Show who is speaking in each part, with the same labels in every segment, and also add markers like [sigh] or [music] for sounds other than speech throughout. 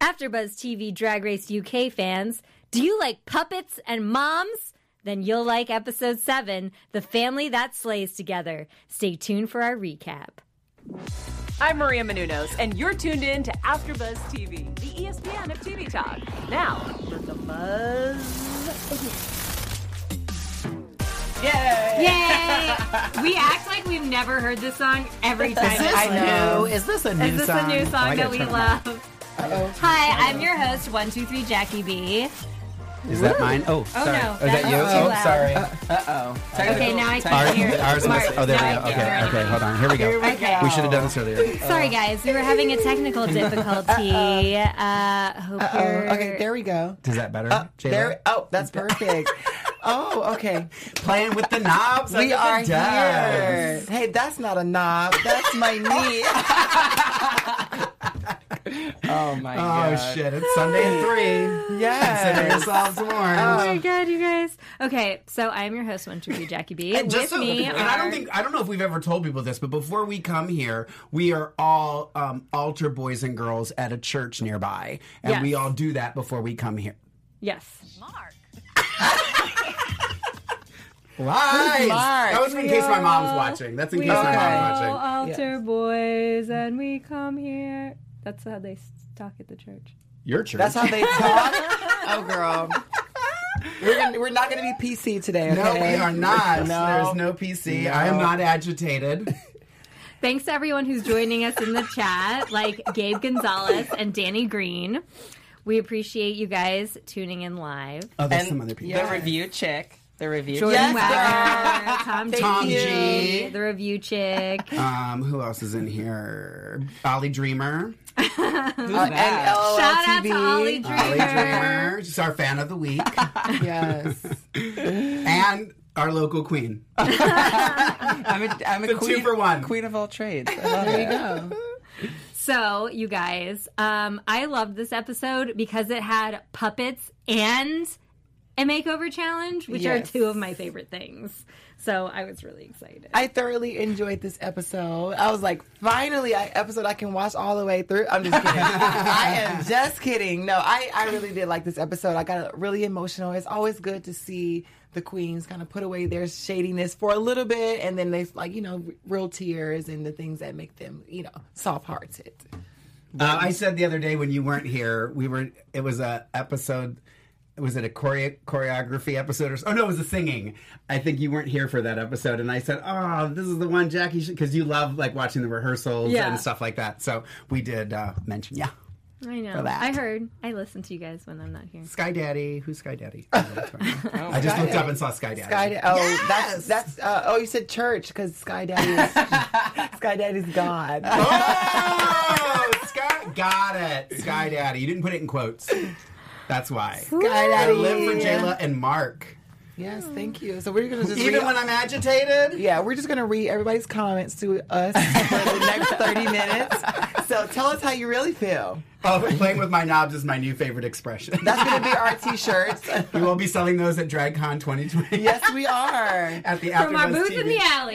Speaker 1: AfterBuzz TV Drag Race UK fans, do you like puppets and moms? Then you'll like episode 7, The Family That Slays Together. Stay tuned for our recap.
Speaker 2: I'm Maria Menounos, and you're tuned in to AfterBuzz TV, the E ESPN of TV talk. Now for the buzz. Yay!
Speaker 3: Yay! we act like we've never heard this song every time.
Speaker 4: I know. Is this a new
Speaker 3: Is this
Speaker 4: song?
Speaker 3: a new
Speaker 4: Oh,
Speaker 3: song
Speaker 4: I
Speaker 3: that
Speaker 4: gotta
Speaker 3: we
Speaker 4: turn it
Speaker 3: love?
Speaker 4: off.
Speaker 3: Hi, I'm your host, 123 Jackie B.
Speaker 5: Is that mine? Oh,
Speaker 3: Oh,
Speaker 5: sorry.
Speaker 3: no,
Speaker 5: Is that
Speaker 3: that's
Speaker 5: you?
Speaker 3: too
Speaker 5: Oh,
Speaker 3: loud.
Speaker 5: sorry.
Speaker 3: Okay, now I can hear
Speaker 5: Ours, ours must, oh, there we go. Okay, okay, hold on. Here we go.
Speaker 3: Okay.
Speaker 5: We should have done this earlier.
Speaker 3: Sorry, guys.
Speaker 1: We were having a
Speaker 4: [laughs]
Speaker 1: technical difficulty. Uh, hope you're-
Speaker 4: Oh, okay, there we go.
Speaker 5: Is that better?
Speaker 4: Uh,
Speaker 5: J-Lo?
Speaker 4: there. Oh, that's perfect. oh, okay.
Speaker 5: Playing with the knobs.
Speaker 4: We are
Speaker 5: Look at the dubs.
Speaker 4: here. Hey, that's not a knob. That's my knee. oh my
Speaker 5: Oh,
Speaker 4: god.
Speaker 5: shit. It's Sunday at 3. Consider
Speaker 4: Yes.
Speaker 5: yourselves warned.
Speaker 1: Oh my god, you guys. Okay, so I'm your host, one two three Jackie B.
Speaker 5: And
Speaker 1: With
Speaker 5: [laughs] just so-
Speaker 1: me,
Speaker 5: and I
Speaker 1: are-
Speaker 5: don't think I don't know if we've ever told people this, but before we come here, we are all um, altar boys and girls at a church nearby, and
Speaker 1: Yes.
Speaker 5: we all do that before we come here.
Speaker 1: yes,
Speaker 5: Lies.
Speaker 4: Mark?
Speaker 5: That was in case my mom's watching. That's in case my
Speaker 4: are
Speaker 5: mom's
Speaker 1: all
Speaker 5: watching.
Speaker 1: altar boys, and we come here. That's how they s- talk at the church.
Speaker 5: Your church.
Speaker 4: That's how they talk. oh, girl. We're gonna, we're not gonna be PC today. Okay?
Speaker 5: no, we are not.
Speaker 4: No.
Speaker 5: There's no PC. I am not agitated.
Speaker 1: Thanks to everyone who's joining us in the chat, like Gabe Gonzalez and Danny Green. We appreciate you guys tuning in live.
Speaker 5: Oh, there's
Speaker 6: And
Speaker 5: some other people.
Speaker 6: The review chick. The review
Speaker 1: Jordan
Speaker 6: chick.
Speaker 4: Yes,
Speaker 1: Weber, Tom,
Speaker 5: Tom
Speaker 1: G,
Speaker 5: G.
Speaker 1: the review chick.
Speaker 5: Um, who else is in here? Ollie Dreamer.
Speaker 6: Who's
Speaker 4: Uh, and
Speaker 6: that?
Speaker 2: Oh,
Speaker 4: LOL
Speaker 1: Shout out to
Speaker 4: TV.
Speaker 1: Ollie Dreamer.
Speaker 5: Ollie Dreamer. She's our fan of the week.
Speaker 4: Yes.
Speaker 5: and our local queen.
Speaker 6: I'm a, I'm a
Speaker 5: The
Speaker 6: queen,
Speaker 5: two for one.
Speaker 6: queen of all trades. I love it.
Speaker 1: So, you guys, um, I loved this episode because it had puppets and a makeover challenge, which
Speaker 4: Yes.
Speaker 1: are two of my favorite things. So I was really excited.
Speaker 4: I thoroughly enjoyed this episode. I was like, finally, an episode I can watch all the way through. I'm just kidding. I am just kidding. No, I, I really did like this episode. I got really emotional. It's always good to see the queens kind of put away their shadiness for a little bit, and then they like, you know, real tears and the things that make them, you know, soft hearted.
Speaker 5: Uh, I said the other day when you weren't here, we were. It was a episode. Was it a choreo- choreography episode or? s- Oh no, it was a singing. I think you weren't here for that episode, and I said, "Oh, this is the one, Jackie, because you love like watching the rehearsals
Speaker 1: Yeah.
Speaker 5: and stuff like that." So we did uh, mention, yeah,
Speaker 1: I know.
Speaker 5: that.
Speaker 1: I heard. I listen to you guys when I'm not here.
Speaker 5: Sky Daddy. Who's
Speaker 4: [laughs]
Speaker 5: Sky Daddy? I just looked up and saw Oh, Sky Daddy.
Speaker 4: Sky, oh, that's that's. Uh, oh, you said church because Sky Daddy is Sky Daddy's God.
Speaker 5: Oh, Sky, got it, Sky Daddy. You didn't put it in quotes. That's why.
Speaker 4: Sky
Speaker 5: I
Speaker 4: Daddy.
Speaker 5: live for Jayla and Mark.
Speaker 4: Yes, thank you. So we're gonna just
Speaker 5: Even
Speaker 4: re-
Speaker 5: when I'm agitated.
Speaker 4: Yeah, we're just gonna read everybody's comments to us for the next thirty minutes. So tell us how you really feel.
Speaker 5: Oh, playing with my knobs is my new favorite expression.
Speaker 4: That's [laughs]
Speaker 5: [laughs]
Speaker 4: gonna be our t-shirts.
Speaker 5: we will be selling those at DragCon 2020.
Speaker 4: yes, we are.
Speaker 5: At the
Speaker 1: From our
Speaker 5: AfterBuzz
Speaker 1: booth in
Speaker 5: TV
Speaker 1: the alley.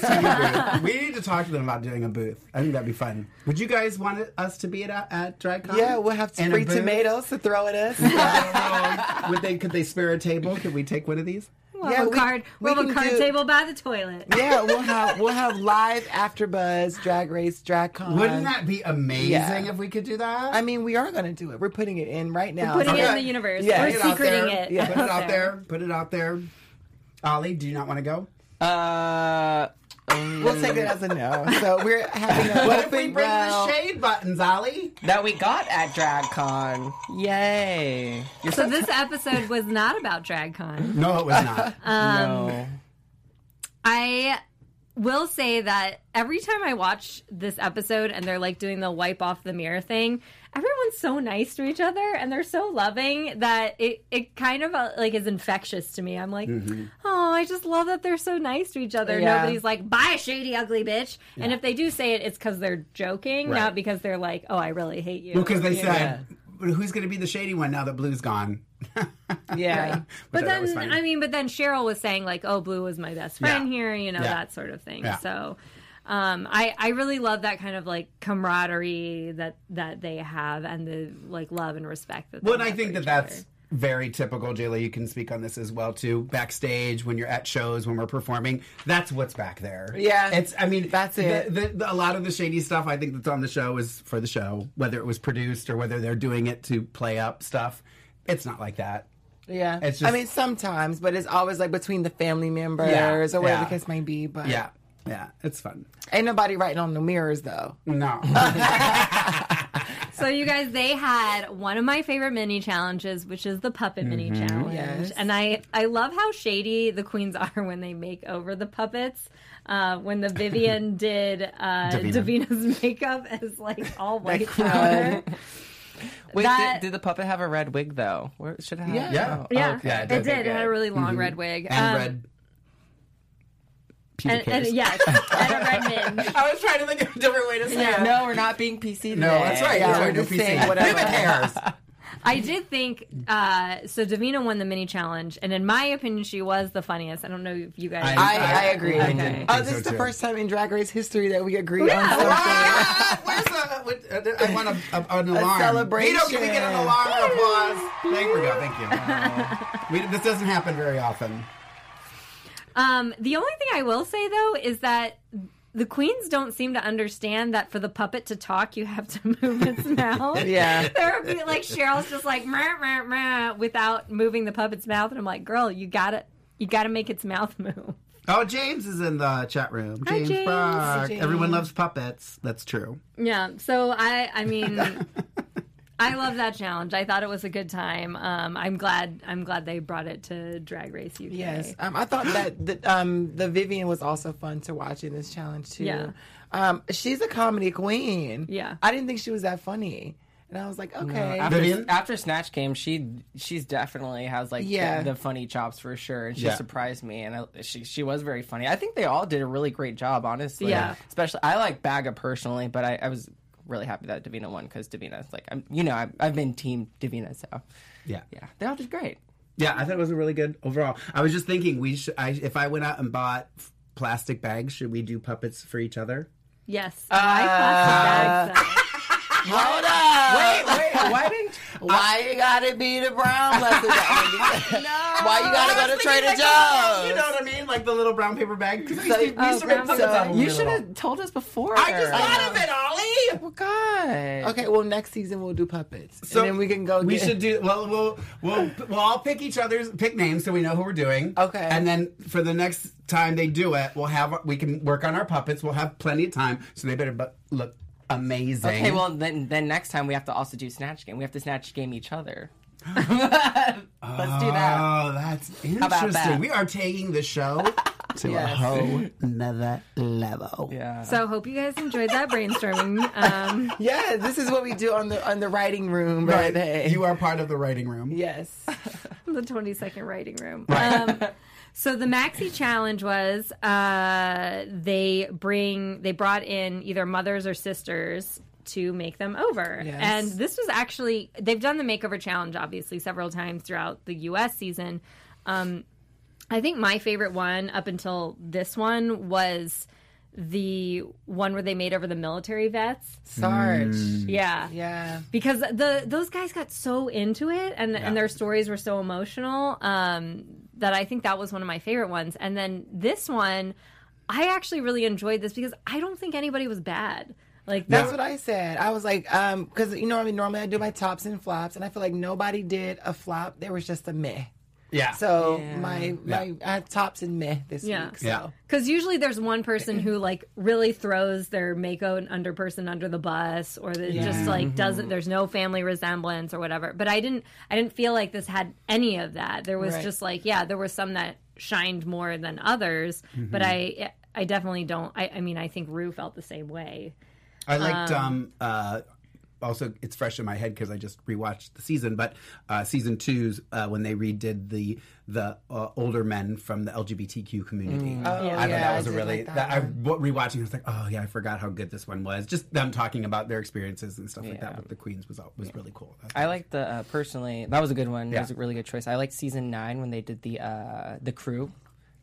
Speaker 4: [laughs]
Speaker 5: TV booth. We need to talk to them about doing a booth. I think that'd be fun. Would you guys want it- us to be at at DragCon?
Speaker 4: Yeah, we'll have
Speaker 5: And a
Speaker 4: free
Speaker 5: booth?
Speaker 4: tomatoes to throw at us.
Speaker 5: Oh, [laughs] Would they? Could they spare a table? Could we take one of these?
Speaker 1: [laughs] We'll
Speaker 4: Yeah,
Speaker 1: have a
Speaker 4: we-
Speaker 1: card,
Speaker 4: we
Speaker 1: we'll have a
Speaker 4: can
Speaker 1: card
Speaker 4: do-
Speaker 1: table by the toilet.
Speaker 4: yeah, we'll have we'll have live after buzz, drag race, drag con.
Speaker 1: Um,
Speaker 5: Wouldn't that be amazing
Speaker 4: yeah.
Speaker 5: if we could do that?
Speaker 4: I mean, we are gonna do it. We're putting it in right now.
Speaker 1: Putting it in the
Speaker 5: Okay.
Speaker 1: universe.
Speaker 4: Yeah.
Speaker 1: We're
Speaker 4: Put it
Speaker 5: out there.
Speaker 1: secreting it.
Speaker 5: Put it out there. Put it out there. Ollie, do you not want to go?
Speaker 6: Uh, um,
Speaker 4: We'll take it as a no. So we're having a
Speaker 5: What if we
Speaker 4: open
Speaker 5: bring
Speaker 4: round.
Speaker 5: the shade buttons, Ollie?
Speaker 6: that we got at DragCon. Yay. You're
Speaker 1: So this episode was not about DragCon.
Speaker 5: No, it was not.
Speaker 1: Um,
Speaker 6: no.
Speaker 1: I will say that every time I watch this episode and they're like doing the wipe off the mirror thing, everyone's so nice to each other and they're so loving that it, it kind of uh, like is infectious to me. I'm like, oh, I just love that they're so nice to each other.
Speaker 4: Yeah.
Speaker 1: Nobody's like, buy a shady, ugly bitch. And if they do say it, it's because they're joking,
Speaker 5: Right.
Speaker 1: not because they're like, oh, I really hate you.
Speaker 5: Because
Speaker 1: [laughs]
Speaker 5: they said, "But "Who's going to be the shady one now that Blue's gone?" [laughs]
Speaker 6: Yeah.
Speaker 5: Which
Speaker 1: But
Speaker 5: I thought was
Speaker 1: then,
Speaker 5: funny.
Speaker 1: I mean, but then Cheryl was saying like, "Oh, Blue was my best friend
Speaker 5: Yeah.
Speaker 1: here," you know
Speaker 5: Yeah.
Speaker 1: that sort of thing.
Speaker 5: Yeah.
Speaker 1: So, um, I I really love that kind of like camaraderie that that they have and the like love and respect that. They
Speaker 5: Well, and I
Speaker 1: have
Speaker 5: think
Speaker 1: for
Speaker 5: that
Speaker 1: each
Speaker 5: that's
Speaker 1: other.
Speaker 5: very typical, Jayla. You can speak on this as well too. Backstage, when you're at shows, when we're performing, that's what's back there.
Speaker 4: Yeah.
Speaker 5: it's. I mean,
Speaker 4: That's
Speaker 5: the-
Speaker 4: it.
Speaker 5: The, the, a lot of the shady stuff I think that's on the show is for the show, whether it was produced or whether they're doing it to play up stuff. It's not like that.
Speaker 4: Yeah.
Speaker 5: It's
Speaker 4: I
Speaker 5: just-
Speaker 4: mean, sometimes, but it's always like between the family members
Speaker 5: Yeah,
Speaker 4: or whatever
Speaker 5: yeah.
Speaker 4: the case may be. But
Speaker 5: Yeah, yeah, it's fun.
Speaker 4: ain't nobody writing on the mirrors though.
Speaker 5: [laughs] No,
Speaker 1: So you guys, they had one of my favorite mini challenges, which is the puppet mini
Speaker 5: Mm-hmm.
Speaker 1: challenge,
Speaker 4: Yes.
Speaker 1: and I I love how shady the queens [laughs] are when they make over the puppets. Uh, when the
Speaker 5: [laughs]
Speaker 1: Vivian did uh,
Speaker 5: Davina.
Speaker 1: Davina's [laughs] makeup as like all white
Speaker 4: crud.
Speaker 1: powder,
Speaker 6: Wait,
Speaker 1: That-
Speaker 6: did, did the puppet have a red wig though? Where should it have?
Speaker 4: Yeah.
Speaker 5: Yeah.
Speaker 6: Oh,
Speaker 1: yeah,
Speaker 6: okay.
Speaker 5: Yeah, it
Speaker 1: it,
Speaker 5: did.
Speaker 1: did. It had a really long red wig
Speaker 5: and
Speaker 1: Um,
Speaker 5: red.
Speaker 1: and, and
Speaker 5: PDKs.
Speaker 1: yes, and a red minge.
Speaker 6: I was trying to think of a different way to say
Speaker 4: Yeah.
Speaker 6: it. No, we're not being PC today.
Speaker 5: No, that's right.
Speaker 4: Yeah,
Speaker 5: that's
Speaker 4: we're
Speaker 5: right. No
Speaker 4: just saying
Speaker 5: PC.
Speaker 4: whatever.
Speaker 5: Ribbon hairs.
Speaker 1: I did think uh, so. Davina won the mini challenge, and in my opinion, she was the funniest. I don't know if you guys.
Speaker 4: I, I agree.
Speaker 5: I didn't think
Speaker 4: Oh, this
Speaker 5: so,
Speaker 4: is the
Speaker 5: too.
Speaker 4: first time in Drag Race history that we agree on
Speaker 1: Yeah.
Speaker 4: something.
Speaker 5: Ah, Where's the? what- I want a, a, an alarm.
Speaker 4: celebration.
Speaker 5: Vito, can we get an alarm or applause? There we go. Thank you. we, this doesn't happen very often.
Speaker 1: Um, the only thing I will say though is that the queens don't seem to understand that for the puppet to talk, you have to [laughs] move its mouth.
Speaker 6: [laughs]
Speaker 4: Yeah.
Speaker 1: there would be like Cheryl's just like "Meh, meh, meh," without moving the puppet's mouth, and I'm like, girl, you gotta you gotta make its mouth [laughs] move.
Speaker 5: Oh, James is in the chat room.
Speaker 1: Hi,
Speaker 5: James,
Speaker 1: James.
Speaker 5: Brock. Everyone loves puppets. That's true.
Speaker 1: Yeah. So I I mean. I love that challenge. I thought it was a good time. Um, I'm glad. I'm glad they brought it to Drag Race UK.
Speaker 4: Yes, um, I thought that the, um, the Vivian was also fun to watch in this challenge too.
Speaker 1: Yeah.
Speaker 4: Um, she's a comedy queen.
Speaker 1: Yeah.
Speaker 4: I didn't think she was that funny, and I was like, okay,
Speaker 5: Vivian?
Speaker 6: After, after Snatch Game, she she's definitely has like
Speaker 4: Yeah.
Speaker 6: the, the funny chops for sure, and she
Speaker 5: Yeah.
Speaker 6: surprised me, and I, she she was very funny. I think they all did a really great job, honestly.
Speaker 1: Yeah.
Speaker 6: Especially, I like Baga personally, but I, I was really happy that Davina won because Davina's like I'm, you know, I've, I've been Team Davina, so
Speaker 5: Yeah.
Speaker 6: yeah, they all did great.
Speaker 5: Yeah, I thought it was a really good overall. I was just thinking, we sh- I, if I went out and bought f- plastic bags, should we do puppets for each other?
Speaker 1: Yes. I thought that.
Speaker 4: hold up.
Speaker 6: Wait, wait,
Speaker 4: [laughs]
Speaker 6: why didn't?
Speaker 4: Why you gotta be the
Speaker 6: [laughs]
Speaker 4: brown lesson? Why you gotta go to Trader
Speaker 5: You
Speaker 4: Joe's?
Speaker 5: know what I mean? Like the little brown paper bag. 'Cause I used
Speaker 4: So-
Speaker 5: to- we used
Speaker 1: Oh,
Speaker 5: to make
Speaker 1: brown
Speaker 5: puppets out
Speaker 4: paper.
Speaker 5: of them when we
Speaker 6: You
Speaker 5: were
Speaker 6: should
Speaker 5: little.
Speaker 6: have told us before.
Speaker 5: I just thought of it, Ollie.
Speaker 6: Oh God.
Speaker 4: Okay, well next season we'll do puppets,
Speaker 5: So
Speaker 4: and then we can go.
Speaker 5: We
Speaker 4: get-
Speaker 5: should do well. We'll we'll we'll all pick each other's pick names so we know who we're doing.
Speaker 4: Okay.
Speaker 5: And then for the next time they do it, we'll have we can work on our puppets. We'll have plenty of time, so they better bu- look amazing.
Speaker 6: Okay, well then then next time we have to also do snatch game. We have to snatch game each other. Let's do that.
Speaker 5: Oh, that's interesting.
Speaker 6: about that?
Speaker 5: We are taking the
Speaker 4: [laughs]
Speaker 5: show to a
Speaker 4: Yes.
Speaker 5: whole another level.
Speaker 6: Yeah.
Speaker 1: So hope you guys enjoyed that brainstorming. Um,
Speaker 4: [laughs] Yeah, this is what we do on the on the writing room, right?
Speaker 5: Right. You are part of the writing room.
Speaker 4: yes.
Speaker 1: [laughs] the 22nd writing room. Um, so the maxi challenge was uh, they bring they brought in either mothers or sisters to make them over.
Speaker 4: Yes.
Speaker 1: And this was actually they've done the makeover challenge obviously several times throughout the US season. Um, I think my favorite one up until this one was the one where they made over the military vets.
Speaker 4: Sarge.
Speaker 1: Yeah
Speaker 4: Mm. Yeah.
Speaker 1: because the those guys got so into it and and their stories were so emotional um that I think that was one of my favorite ones and then this one I actually really enjoyed this because I don't think anybody was bad like
Speaker 4: That's
Speaker 1: that's
Speaker 4: what I said. I was like, um, because you know, what I mean, normally I do my tops and flops, and I feel like nobody did a flop. There was just a meh.
Speaker 5: Yeah.
Speaker 4: So
Speaker 6: Yeah.
Speaker 4: my my I had tops and meh this
Speaker 1: Yeah.
Speaker 4: week. So
Speaker 5: Yeah.
Speaker 1: because usually there's one person who like really throws their Mako under person under the bus or that just
Speaker 5: Mm-hmm.
Speaker 1: like doesn't there's no family resemblance or whatever but I didn't I didn't feel like this had any of that there was
Speaker 4: Right.
Speaker 1: just like yeah there were some that shined more than others but
Speaker 5: Mm-hmm.
Speaker 1: I I definitely don't I, I mean I think Rue felt the same way
Speaker 5: I liked um, uh, also it's fresh in my head because I just rewatched the season, but uh, season two's uh, when they redid the the uh, older men from the LGBTQ
Speaker 1: Mm.
Speaker 5: community. I thought
Speaker 4: yeah,
Speaker 5: that
Speaker 4: I
Speaker 5: was a
Speaker 4: did
Speaker 5: really
Speaker 4: like that
Speaker 5: I w- rewatching. I was like, oh yeah, I forgot how good this one was. Just them talking about their experiences and stuff like that with the queens was all- was really cool.
Speaker 6: I like the uh, personally. That was a good one.
Speaker 5: Yeah.
Speaker 6: That was a really good choice. I like season nine when they did the uh, the crew.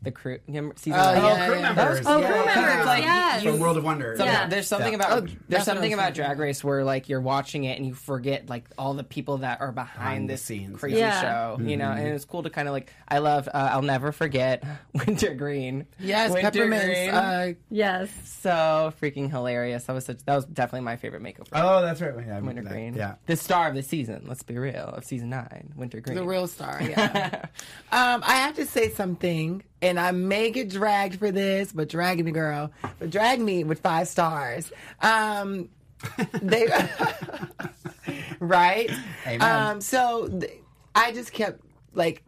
Speaker 6: the crew you remember season
Speaker 4: Oh,
Speaker 6: nine?
Speaker 4: yeah,
Speaker 5: oh, crew
Speaker 4: yeah.
Speaker 5: members.
Speaker 1: Oh,
Speaker 5: yeah.
Speaker 1: crew members,
Speaker 6: like,
Speaker 1: yes.
Speaker 5: From World of Wonder.
Speaker 6: Some-
Speaker 1: Yeah.
Speaker 6: There's something about
Speaker 4: Oh,
Speaker 6: there's
Speaker 4: that's what I
Speaker 6: something
Speaker 4: was
Speaker 6: about
Speaker 4: thinking.
Speaker 6: Drag Race where like you're watching it and you forget like all the people that are behind,
Speaker 5: Behind the
Speaker 6: this
Speaker 5: scenes. Mm-hmm.
Speaker 6: crazy
Speaker 1: Yeah.
Speaker 6: show, you know. And it's cool to kind of like I love uh, I'll never forget [laughs] Wintergreen.
Speaker 4: Yes, peppermints. Uh,
Speaker 1: Yes.
Speaker 6: so freaking hilarious. That was such that was definitely my favorite makeup.
Speaker 5: Oh, that's right. Yeah, I remember that.
Speaker 6: Wintergreen.
Speaker 5: Yeah.
Speaker 6: The star of the season, let's be real, of season nine, Wintergreen.
Speaker 4: the real star. Yeah. um, I have to say something, and I may get dragged for this, but drag me, girl. But drag me with five stars. Um, they, [laughs] right?
Speaker 5: Amen.
Speaker 4: Um, so th- I just kept like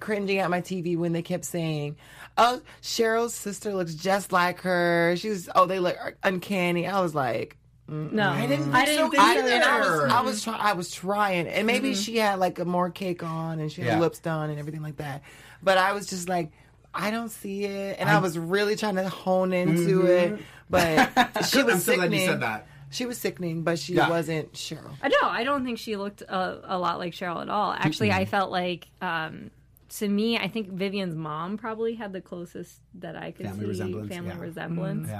Speaker 4: cringing at my TV when they kept saying, "Oh, Cheryl's sister looks just like her. She's oh, they look uncanny." I was like.
Speaker 1: No. I didn't.
Speaker 5: think
Speaker 1: I
Speaker 5: so
Speaker 1: didn't.
Speaker 5: either.
Speaker 1: think
Speaker 4: I, Mm-hmm. and I was,
Speaker 5: Sure.
Speaker 4: I was, try, I was trying, and maybe she had like a more cake on, and she had
Speaker 5: Yeah.
Speaker 4: her lips done, and everything like that. But I was just like, I don't see it, and I, was really trying to hone into it. But she was
Speaker 5: Mm-hmm. [laughs] I'm so glad
Speaker 4: sickening.
Speaker 5: you said that.
Speaker 4: She was sickening, but she
Speaker 5: Yeah.
Speaker 4: wasn't Cheryl.
Speaker 1: Uh, No, I don't think she looked a, a lot like Cheryl at all. Actually, I felt like, um, to me, I think Vivian's mom probably had the closest that I could
Speaker 5: Family
Speaker 1: see
Speaker 5: resemblance,
Speaker 1: family
Speaker 5: yeah. Mm-hmm.
Speaker 1: resemblance.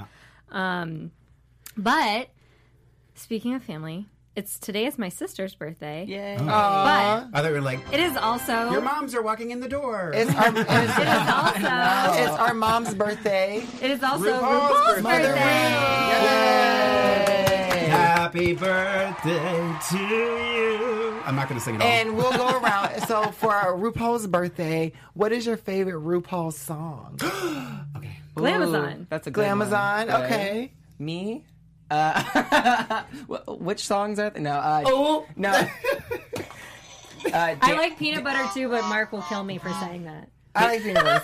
Speaker 5: Yeah.
Speaker 1: But speaking of family, it's today is my sister's birthday.
Speaker 4: Yeah,
Speaker 1: But
Speaker 5: I thought we were like,
Speaker 1: it is also
Speaker 5: Oh. your moms are walking in the door.
Speaker 4: it's our, it's,
Speaker 1: it is also
Speaker 4: it's our mom's birthday.
Speaker 1: it is also
Speaker 5: [laughs] RuPaul's
Speaker 1: RuPaul's
Speaker 5: birthday. Oh.
Speaker 1: birthday.
Speaker 5: Happy birthday to you. I'm not going to sing it all.
Speaker 4: And we'll go around. So for our RuPaul's birthday, what is your favorite RuPaul
Speaker 5: [gasps]
Speaker 4: song?
Speaker 5: okay.
Speaker 1: Glamazon.
Speaker 6: That's a good one.
Speaker 4: Glamazon.
Speaker 6: Good.
Speaker 4: Okay.
Speaker 6: Me? Uh, [laughs] wh- which songs are th- no? Uh,
Speaker 4: Oh. [laughs]
Speaker 6: no. uh, Dan-
Speaker 1: I like peanut butter too, but Mark will kill me for saying that.
Speaker 4: I like Phoenix.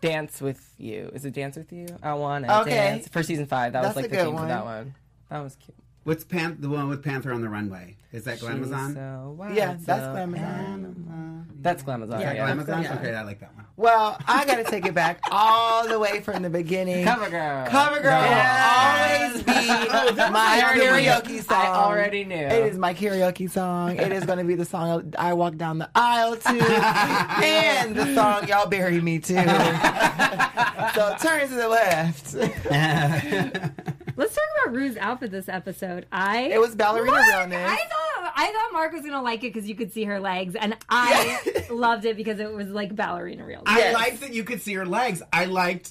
Speaker 6: dance with you. Is it dance with you? I wanna
Speaker 4: Okay.
Speaker 6: dance for season five. That
Speaker 4: That's
Speaker 6: was
Speaker 4: a
Speaker 6: like the
Speaker 4: good
Speaker 6: theme for that
Speaker 4: one.
Speaker 6: one. That was cute.
Speaker 5: What's Pan- the one with Panther on the Runway? Is that
Speaker 6: She was
Speaker 5: Glamazon?
Speaker 6: So wild,
Speaker 4: Yeah, that's
Speaker 6: so-
Speaker 4: Glamazon.
Speaker 6: That's Glamazon. Yeah,
Speaker 5: Is that Glamazon?
Speaker 4: Yeah.
Speaker 5: Okay, I like that one.
Speaker 4: Well, I got to take it
Speaker 6: [laughs]
Speaker 4: back all the way from the beginning.
Speaker 6: Cover girl. [laughs]
Speaker 4: Cover girl will always be my karaoke song.
Speaker 6: I already knew.
Speaker 4: It is my karaoke song. It is going to be the song I walk down the aisle to,
Speaker 6: [laughs]
Speaker 4: and the song y'all bury me to. so turn to the left. It
Speaker 1: Let's talk about Rue's outfit this episode. I
Speaker 4: was ballerina
Speaker 1: What?
Speaker 4: realness.
Speaker 1: I thought I thought Mark was gonna like it because you could see her legs, and I loved it because it was like ballerina realness.
Speaker 5: I liked that you could see her legs. I liked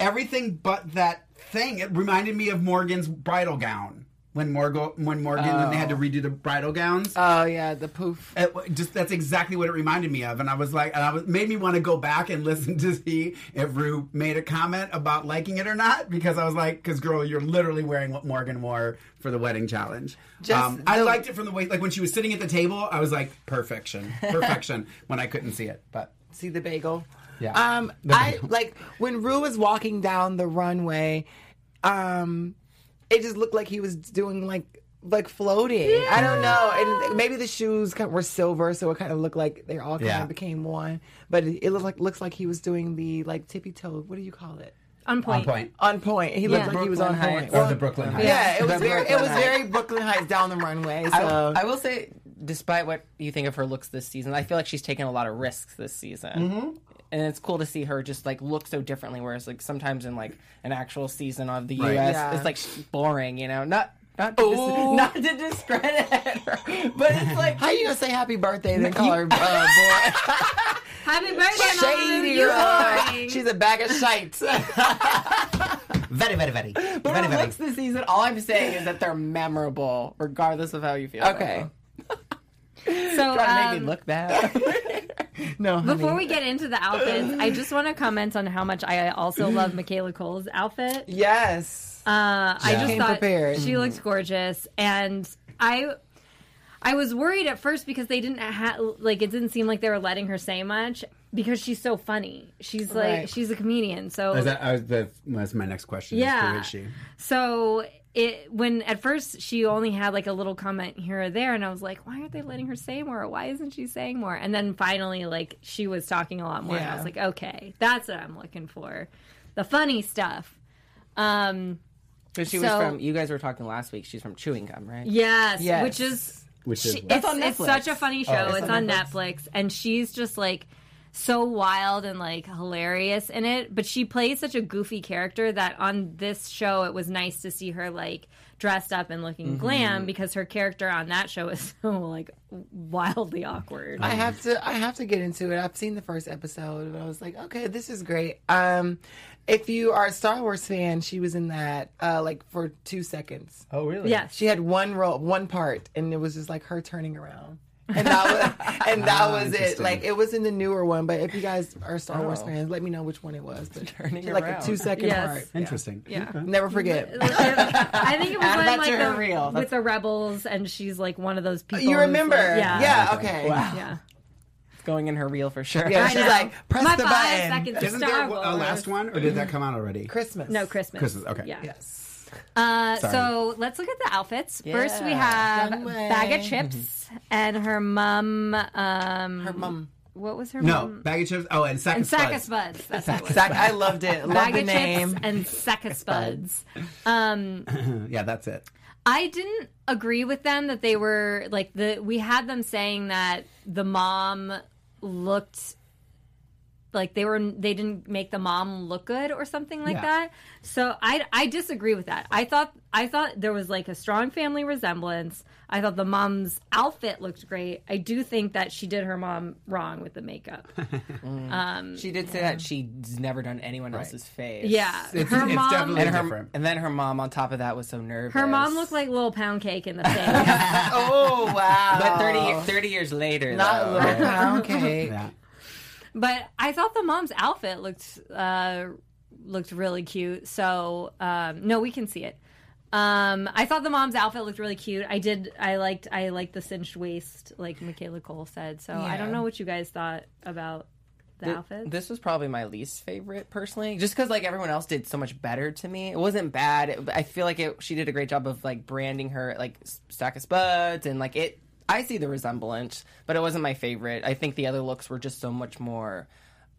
Speaker 5: everything but that thing. It reminded me of Morgan's bridal gown. When Morgan, when Morgan, when they had to redo the bridal gowns,
Speaker 4: Oh yeah, the poof.
Speaker 5: It wa- just that's exactly what it reminded me of, and I was like, and I was made me want to go back and [laughs] listen to see if Rue made a comment about liking it or not, because I was like, because girl, you're literally wearing what Morgan wore for the wedding challenge.
Speaker 4: Just
Speaker 5: um, I
Speaker 4: the-
Speaker 5: liked it from the way, like when she was sitting at the table, I was like, perfection, perfection. when I couldn't see it, but
Speaker 4: See the bagel.
Speaker 5: Yeah.
Speaker 4: Um, I like when Rue was walking down the runway. Um, it just looked like he was doing like like floating. I don't know, and maybe the shoes kind of were silver, so it kind of looked like they all kind
Speaker 5: Yeah.
Speaker 4: of became one. But it, it looked like looks like he was doing the like tippy toe. What do you call it?
Speaker 1: on point.
Speaker 5: on point.
Speaker 4: On point. He looked
Speaker 1: Yeah.
Speaker 4: like he was on
Speaker 6: Brooklyn
Speaker 4: point.
Speaker 6: Heights.
Speaker 5: Or the Brooklyn Heights.
Speaker 4: yeah, it was
Speaker 6: The
Speaker 4: very it
Speaker 6: Brooklyn
Speaker 4: was
Speaker 6: Heights.
Speaker 4: very Brooklyn Heights down the runway. So
Speaker 6: I, will- I will say, despite what you think of her looks this season, I feel like she's taken a lot of risks this season,
Speaker 4: Mm-hmm.
Speaker 6: and it's cool to see her just like look so differently. Whereas like sometimes in like an actual season of the
Speaker 5: Right.
Speaker 6: U.S.,
Speaker 4: Yeah.
Speaker 6: it's like she's boring, you know. Not not to, dis- [laughs] not to discredit her,
Speaker 4: [laughs]
Speaker 6: but it's like
Speaker 4: how you gonna say happy birthday and then call her
Speaker 6: [laughs]
Speaker 4: uh, boy?
Speaker 1: Happy birthday, Mama Rue.
Speaker 4: Shady.
Speaker 1: You're
Speaker 4: [laughs] uh,
Speaker 1: boring.
Speaker 4: She's a bag of shites.
Speaker 5: Very, very, very, very,
Speaker 6: But
Speaker 5: very.
Speaker 6: her looks this season, all I'm saying is that they're memorable, regardless of how you feel. about
Speaker 4: Okay.
Speaker 6: them.
Speaker 1: so
Speaker 6: Trying to make
Speaker 1: um,
Speaker 6: me
Speaker 1: [laughs]
Speaker 6: look bad. [laughs]
Speaker 4: no, honey.
Speaker 1: Before we get into the outfits, I just want to comment on how much I also love Michaela Cole's outfit.
Speaker 4: Yes.
Speaker 1: Uh, I just
Speaker 4: Came
Speaker 1: thought
Speaker 4: prepared.
Speaker 1: she looked gorgeous, and I, I was worried at first because they didn't ha- like it didn't seem like they were letting her say much because she's so funny. She's like
Speaker 4: Right.
Speaker 1: she's a comedian, so
Speaker 5: Is that, I was, that was my next question. is who
Speaker 1: Yeah.
Speaker 5: is she?
Speaker 1: So it when at first she only had like a little comment here or there, and I was like, why aren't they letting her say more? Why isn't she saying more? And then finally, like she was talking a lot more, and I
Speaker 4: Yeah.
Speaker 1: was like, okay, that's what I'm looking for, the funny stuff. Um,
Speaker 6: But she was
Speaker 1: So-
Speaker 6: from. You guys were talking last week. She's from Chewing Gum, right?
Speaker 1: yes,
Speaker 4: Yes.
Speaker 1: which is
Speaker 5: Which is
Speaker 1: she,
Speaker 5: what?
Speaker 1: it's,
Speaker 6: on
Speaker 1: it's
Speaker 6: Netflix.
Speaker 1: such a funny show.
Speaker 5: Oh, it's
Speaker 1: it's, on Netflix. and she's just like so wild and like hilarious in it. But she plays such a goofy character that on this show, it was nice to see her like dressed up and looking
Speaker 5: Mm-hmm.
Speaker 1: glam because her character on that show is [laughs] so like wildly awkward.
Speaker 6: Um,
Speaker 4: I have to I have to get into it. I've seen the first episode and I was like, okay, this is great. Um if you are a Star Wars fan, she was in that uh like for two seconds.
Speaker 6: Oh, really?
Speaker 1: yes.
Speaker 4: She had one role one part and it was just like her turning around. And that
Speaker 6: [laughs]
Speaker 4: was and that
Speaker 6: Ah,
Speaker 4: was it.
Speaker 5: interesting.
Speaker 4: Like it was in the newer one, but if you guys are Star Wars fans, let me know which one it was. But
Speaker 6: Oh. Turning
Speaker 4: she had, like
Speaker 6: around.
Speaker 4: a two second
Speaker 1: Yes.
Speaker 4: part.
Speaker 5: Interesting.
Speaker 1: Yeah.
Speaker 5: Okay.
Speaker 4: Never forget.
Speaker 1: I think it was
Speaker 4: [laughs] Add
Speaker 1: when,
Speaker 4: that
Speaker 1: like
Speaker 4: to her
Speaker 1: the,
Speaker 4: reel.
Speaker 1: with the rebels, and she's like one of those people.
Speaker 4: [laughs] You
Speaker 1: who's, like-
Speaker 4: remember?
Speaker 1: yeah,
Speaker 4: Yeah, okay.
Speaker 1: yeah.
Speaker 6: Going in her reel for sure.
Speaker 4: Yeah,
Speaker 1: I
Speaker 4: she's
Speaker 1: know.
Speaker 4: like, press
Speaker 1: My
Speaker 4: the
Speaker 1: five
Speaker 4: button.
Speaker 1: seconds of
Speaker 5: Isn't
Speaker 1: Star
Speaker 5: there
Speaker 1: Wars.
Speaker 5: a last one, or did that come out already?
Speaker 4: Christmas.
Speaker 1: No, Christmas.
Speaker 5: Christmas, okay.
Speaker 1: Yeah.
Speaker 4: Yes.
Speaker 1: Uh,
Speaker 5: Sorry.
Speaker 1: so let's look at the outfits. First, we
Speaker 6: Yeah.
Speaker 1: have
Speaker 4: Runway.
Speaker 1: bag of chips
Speaker 5: Mm-hmm.
Speaker 1: and her mum. Um,
Speaker 4: Her mum.
Speaker 1: What was her
Speaker 5: No,
Speaker 1: mum?
Speaker 5: bag of chips. Oh, and sack
Speaker 1: Um, And
Speaker 5: of
Speaker 1: sack of
Speaker 5: spuds.
Speaker 1: spuds. That's what it was.
Speaker 4: Zach, I loved
Speaker 6: [laughs]
Speaker 4: it. Love
Speaker 1: Bag
Speaker 4: the
Speaker 1: of
Speaker 4: name.
Speaker 1: chips and sack of spuds. Um,
Speaker 5: Yeah, that's it.
Speaker 1: I didn't agree with them that they were like the. We had them saying that the mom looked like they were they didn't make the mom look good or something like
Speaker 5: Yeah.
Speaker 1: that. So I I disagree with that. I thought I thought there was like a strong family resemblance. I thought the mom's outfit looked great. I do think that she did her mom wrong with the
Speaker 5: [laughs]
Speaker 1: makeup.
Speaker 6: She did say that she's never done anyone else's face.
Speaker 1: Yeah,
Speaker 5: It's,
Speaker 1: her
Speaker 5: it's
Speaker 1: mom
Speaker 5: definitely
Speaker 6: And her
Speaker 5: different.
Speaker 6: and then her mom on top of that was so nervous.
Speaker 1: her mom looked like little pound cake
Speaker 5: [laughs]
Speaker 1: in the face.
Speaker 4: Oh wow!
Speaker 6: But 30, ye- 30 years later,
Speaker 4: not a
Speaker 6: though,
Speaker 4: little pound cake.
Speaker 5: yeah.
Speaker 1: but I thought the mom's outfit looked uh, looked really cute. So um, no, we can see it. Um, I thought the mom's outfit looked really cute. I did. I liked. I liked the cinched waist, like Michaela Cole said. So I don't
Speaker 4: Yeah.
Speaker 1: know what you guys thought about the outfit.
Speaker 6: This was probably my least favorite personally, just because like everyone else did so much better to me. It wasn't bad. It, I feel like it, she did a great job of like branding her like s- stack of spuds and like it. I see the resemblance, but it wasn't my favorite. I think the other looks were just so much more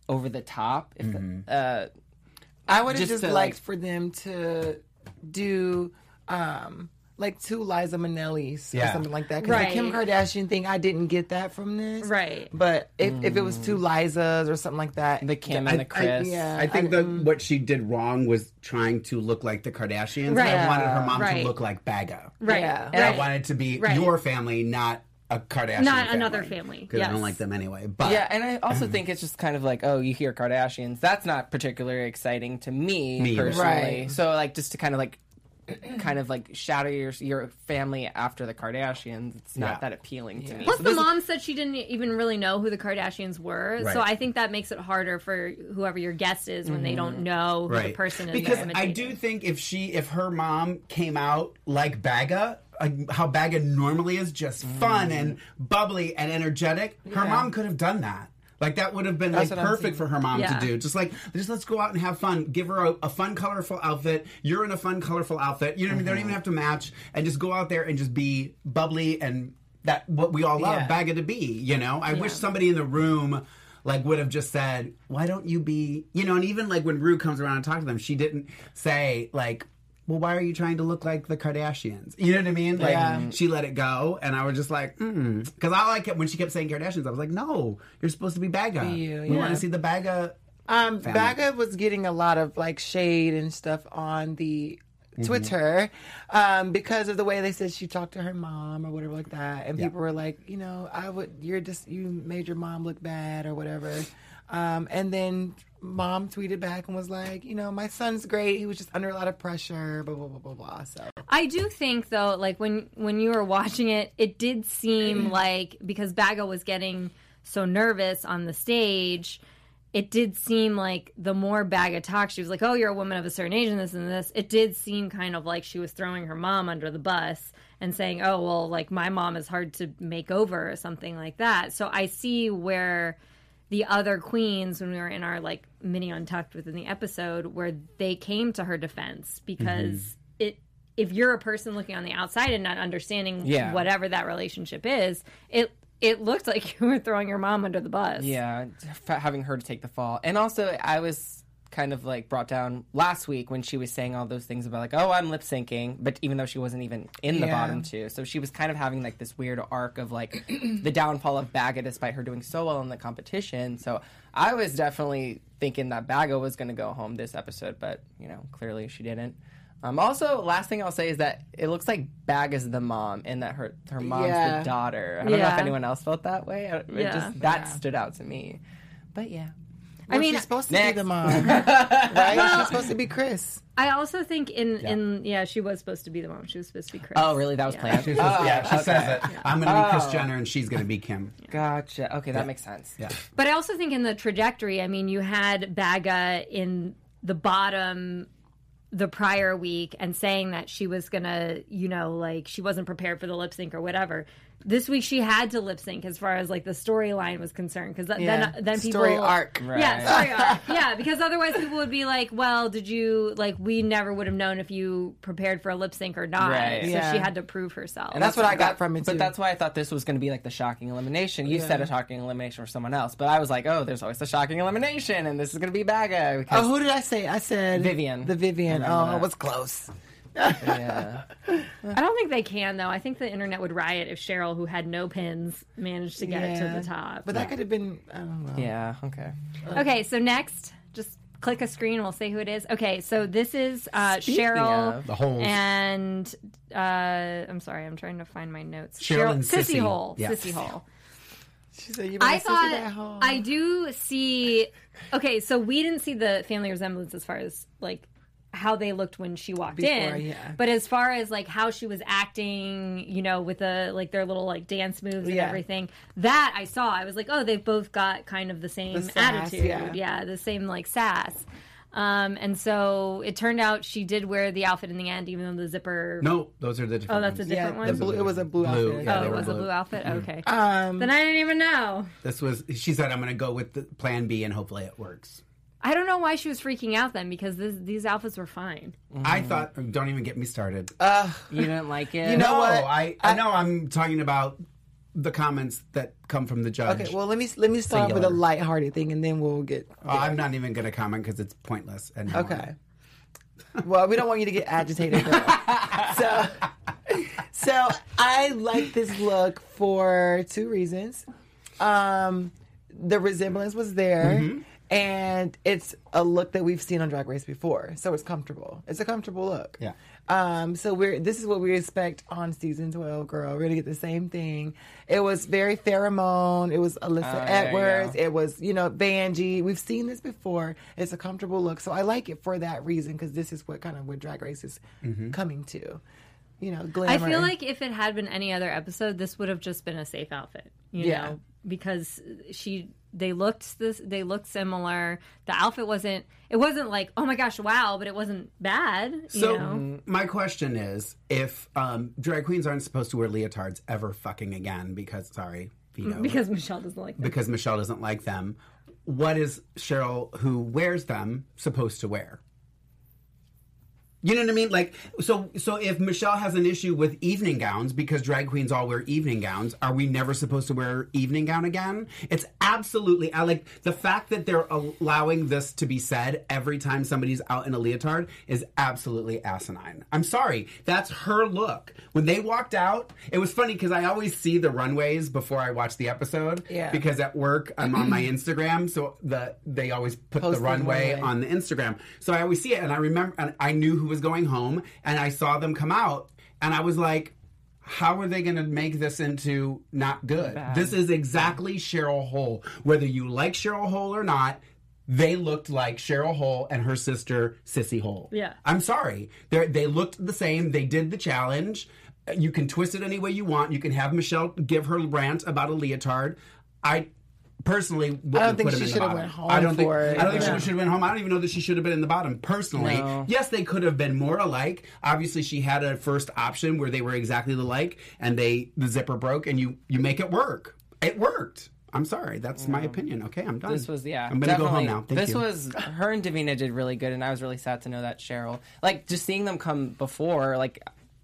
Speaker 6: over the top. If uh,
Speaker 4: I would have
Speaker 6: Just
Speaker 4: just,
Speaker 6: to,
Speaker 4: liked
Speaker 6: like-
Speaker 4: for them to do um like two Liza Minnelli's or
Speaker 5: Yeah.
Speaker 4: something like that. Because
Speaker 1: Right.
Speaker 4: the Kim Kardashian thing, I didn't get that from this.
Speaker 1: Right.
Speaker 4: But if, if it was two Lizas or something like that,
Speaker 6: Mm. the Kim and the Chris,
Speaker 4: yeah.
Speaker 5: I think that what she did wrong was trying to look like the Kardashians.
Speaker 1: Right.
Speaker 5: I wanted her mom
Speaker 1: Right.
Speaker 5: to look like Bagga.
Speaker 1: right.
Speaker 4: yeah.
Speaker 5: And I
Speaker 1: Right.
Speaker 5: wanted it to be
Speaker 1: Right.
Speaker 5: your family, not a Kardashian.
Speaker 1: Not another family,
Speaker 5: Because I
Speaker 1: yes.
Speaker 5: don't like them anyway. But
Speaker 6: Yeah, and I also think it's just kind of like, oh, you hear Kardashians. That's not particularly exciting to me,
Speaker 5: Me either.
Speaker 6: personally.
Speaker 4: Right.
Speaker 6: So like just to kind of like kind of like shadow your your family after the Kardashians, it's not
Speaker 5: Yeah.
Speaker 6: that appealing to me.
Speaker 1: Plus,
Speaker 6: So
Speaker 1: the
Speaker 6: this-
Speaker 1: mom said she didn't even really know who the Kardashians were, so
Speaker 5: Right.
Speaker 1: I think that makes it harder for whoever your guest is when they don't know who the person is. they're
Speaker 5: because I
Speaker 1: imitating.
Speaker 5: do think if she if her mom came out like Bagga, like how Bagga normally is, just fun
Speaker 4: Mm.
Speaker 5: and bubbly and energetic, her mom could have done that. Like that would have been like
Speaker 4: what I'm
Speaker 5: perfect for her mom
Speaker 1: Yeah.
Speaker 5: to do. Just like just let's go out and have fun. Give her a, a fun, colorful outfit. You're in a fun, colorful outfit. You know what I mean? They don't even have to match, and just go out there and just be bubbly and that what we all love
Speaker 6: Yeah.
Speaker 5: Bagga to be. You know, I wish somebody in the room like would have just said, "Why don't you be?" You know, and even like when Rue comes around and talks to them, she didn't say like. Well, why are you trying to look like the Kardashians? You know what I mean? Like she let it go, and I was just like, because I like it when she kept saying Kardashians. I was like, no, you're supposed to be Bagga.
Speaker 4: you,
Speaker 5: We want
Speaker 4: yeah.
Speaker 5: to see the Bagga
Speaker 4: Um, Bagga was getting a lot of like shade and stuff on the
Speaker 6: Mm-hmm.
Speaker 4: Twitter um, because of the way they said she talked to her mom or whatever like that, and people were like, you know, I would, you're just, you made your mom look bad or whatever, um, and then mom tweeted back and was like, you know, my son's great, he was just under a lot of pressure, blah blah blah blah blah. So
Speaker 1: I do think though, like when when you were watching it, it did seem like because Bagga was getting so nervous on the stage, it did seem like the more Bagga talked, she was like, "Oh, you're a woman of a certain age, and this and this." It did seem kind of like she was throwing her mom under the bus and saying, "Oh, well, like my mom is hard to make over" or something like that. So I see where the other queens when we were in our like mini untucked within the episode where they came to her defense because
Speaker 6: Mm-hmm.
Speaker 1: it if you're a person looking on the outside and not understanding
Speaker 6: Yeah.
Speaker 1: whatever that relationship is it it looked [laughs] like you were throwing your mom under the bus
Speaker 6: yeah, f- having her to take the fall. And also I was kind of like brought down last week when she was saying all those things about like, oh, I'm lip syncing, but even though she wasn't even in the
Speaker 4: Yeah.
Speaker 6: bottom two, so she was kind of having like this weird arc of like [clears throat] the downfall of Baga, despite her doing so well in the competition. So I was definitely thinking that Baga was going to go home this episode, but you know, clearly she didn't. Um, also, last thing I'll say is that it looks like Baga's the mom, and that her her mom's
Speaker 4: Yeah.
Speaker 6: the daughter. I don't know if
Speaker 1: Yeah.
Speaker 6: anyone else felt that way. I- It
Speaker 1: Yeah.
Speaker 6: just that stood out to me. But yeah.
Speaker 1: I mean,
Speaker 4: she's supposed to
Speaker 6: next.
Speaker 4: be the
Speaker 6: [laughs]
Speaker 4: mom, right? she's supposed to be Chris.
Speaker 1: I also think in in yeah, she was supposed to be the mom. She was supposed to be Chris.
Speaker 6: Oh, really? That was planned.
Speaker 5: She was
Speaker 4: Ah,
Speaker 5: supposed- yeah, she says it. I'm going to be Chris Jenner and she's going to be Kim.
Speaker 6: Gotcha. Okay, that makes sense.
Speaker 5: Yeah.
Speaker 1: But I also think in the trajectory, I mean, you had Baga in the bottom the prior week and saying that she was gonna, you know, like she wasn't prepared for the lip sync or whatever. This week she had to lip sync as far as like the storyline was concerned because
Speaker 6: Yeah.
Speaker 1: then then people
Speaker 4: Story arc.
Speaker 1: Yeah,
Speaker 4: [laughs]
Speaker 6: Right.
Speaker 1: story arc. Yeah, because otherwise people would be like, "Well, did you like? We never would have known if you prepared for a lip sync or not."
Speaker 6: Right.
Speaker 1: So
Speaker 4: Yeah.
Speaker 1: she had to prove herself.
Speaker 6: And
Speaker 4: That's what I got from it,
Speaker 6: But
Speaker 4: too.
Speaker 6: that's why I thought this was going to be like the shocking elimination. You said a shocking elimination for someone else, but I was like, oh, there's always the shocking elimination, and this is going to be Baga. Because,
Speaker 4: Oh, who did I say? I said
Speaker 6: Vivian.
Speaker 4: The Vivian. Oh, it was close.
Speaker 6: yeah.
Speaker 1: I don't think they can though. I think the internet would riot if Cheryl, who had no pins, managed to get it to
Speaker 4: Yeah.
Speaker 1: the top.
Speaker 4: But that could have been. I don't know.
Speaker 6: yeah. Okay.
Speaker 1: okay, so next, just click a screen. We'll say who it is. Okay, so this is uh,
Speaker 6: Speaking
Speaker 1: Cheryl
Speaker 6: of-
Speaker 5: The holes.
Speaker 1: and uh, I'm sorry, I'm trying to find my notes.
Speaker 5: Cheryl and
Speaker 1: sissy
Speaker 5: Sissy.
Speaker 1: hole,
Speaker 5: Yeah.
Speaker 1: sissy hole.
Speaker 4: She said you
Speaker 1: I
Speaker 4: better sit at
Speaker 1: thought
Speaker 4: home.
Speaker 1: I do see. Okay, so we didn't see the family resemblance as far as like how they looked when she walked
Speaker 4: Before,
Speaker 1: in,
Speaker 4: yeah.
Speaker 1: but as far as like how she was acting, you know, with the like their little like dance moves and
Speaker 4: Yeah.
Speaker 1: everything, that I saw. I was like, oh, they've both got kind of the same
Speaker 4: sass,
Speaker 1: attitude,
Speaker 4: yeah.
Speaker 1: the same like sass. Um, and so it turned out she did wear the outfit in the end, even though the zipper.
Speaker 5: No, those are the different
Speaker 1: Oh, that's a
Speaker 5: ones.
Speaker 1: different
Speaker 4: yeah,
Speaker 1: one?
Speaker 4: the blue, it was a blue,
Speaker 5: Blue,
Speaker 4: outfit.
Speaker 5: yeah,
Speaker 1: oh,
Speaker 5: they
Speaker 1: it
Speaker 5: were
Speaker 1: was a
Speaker 5: blue.
Speaker 1: blue outfit. Okay,
Speaker 4: Um,
Speaker 1: then I didn't even know.
Speaker 5: This was, she said, I'm going to go with the plan B and hopefully it works.
Speaker 1: I don't know why she was freaking out then because this, these outfits were fine.
Speaker 5: I thought, don't even get me started.
Speaker 6: You didn't like [laughs] it?
Speaker 4: Mm. Uh, You know
Speaker 5: no,
Speaker 4: what?
Speaker 5: I, I know I'm talking about the comments that come from the judge.
Speaker 4: okay, well let me let me start with a
Speaker 5: Singular.
Speaker 4: lighthearted thing, and then we'll get
Speaker 5: Uh, I'm not even going to comment because it's pointless. And no
Speaker 4: okay.
Speaker 5: one-
Speaker 4: Well, we don't want you to get agitated. girl. so, so I like this look for two reasons. Um, the resemblance was there. And it's a look that we've seen on Drag Race before, so it's comfortable. It's a comfortable look.
Speaker 5: Yeah.
Speaker 4: Um, so we're this is what we expect on season twelve, girl. We're gonna get the same thing. It was very pheromone. It was Alyssa
Speaker 6: Oh, there you go.
Speaker 4: Edwards. It was you know Vanjie. We've seen this before. It's a comfortable look, so I like it for that reason because this is what kind of what Drag Race is
Speaker 5: Mm-hmm.
Speaker 4: coming to. You know,
Speaker 1: I
Speaker 4: glamour.
Speaker 1: feel like if it had been any other episode, this would have just been a safe outfit, you
Speaker 4: Yeah.
Speaker 1: know, because she they looked this they looked similar. The outfit wasn't it wasn't like oh my gosh wow, but it wasn't bad. You
Speaker 5: So
Speaker 1: know? [laughs]
Speaker 5: my question is, if um, drag queens aren't supposed to wear leotards ever fucking again, because sorry,
Speaker 1: [laughs]
Speaker 5: Vito,
Speaker 1: because Michelle doesn't like them.
Speaker 5: because Michelle doesn't like them, what is Cheryl, who wears them, supposed to wear? You know what I mean? Like, so so if Michelle has an issue with evening gowns because drag queens all wear evening gowns, are we never supposed to wear evening gown again? It's absolutely I like the fact that they're allowing this to be said every time somebody's out in a leotard is absolutely asinine. I'm sorry, that's her look. When they walked out, it was funny because I always see the runways before I watch the episode.
Speaker 4: Yeah.
Speaker 5: Because at work I'm
Speaker 4: [clears throat]
Speaker 5: on my Instagram, so the they always put
Speaker 4: Post
Speaker 5: the
Speaker 4: the
Speaker 5: runway
Speaker 4: runway.
Speaker 5: on on the Instagram. So I always see it, and I remember, and I knew who was going home, and I saw them come out, and I was like, "How are they going to make this into not good? This is exactly Cheryl Hole. Whether you like Cheryl Hole or not." They looked like Cheryl Hole and her sister Sissy Hole.
Speaker 1: Yeah.
Speaker 5: I'm sorry. They they looked the same. They did the challenge. You can twist it any way you want. You can have Michelle give her rant about a leotard. I personally wouldn't
Speaker 4: think
Speaker 5: put him
Speaker 4: she
Speaker 5: in the
Speaker 4: should have
Speaker 5: bottom.
Speaker 4: went home
Speaker 5: I don't think
Speaker 4: for it.
Speaker 5: I don't think she
Speaker 4: Yeah.
Speaker 5: should have went home. I don't even know that she should have been in the bottom personally. Yes, they could have been more alike. Obviously, she had a first option where they were exactly alike, and they the zipper broke, and you you make it work. It worked. I'm sorry, that's my opinion. Okay, I'm done.
Speaker 6: Mm. This was yeah.
Speaker 5: I'm gonna go home
Speaker 6: definitely.
Speaker 5: now. Thank
Speaker 6: this
Speaker 5: you.
Speaker 6: was her and Davina did really good, and I was really sad to know that Cheryl. Like just seeing them come before, like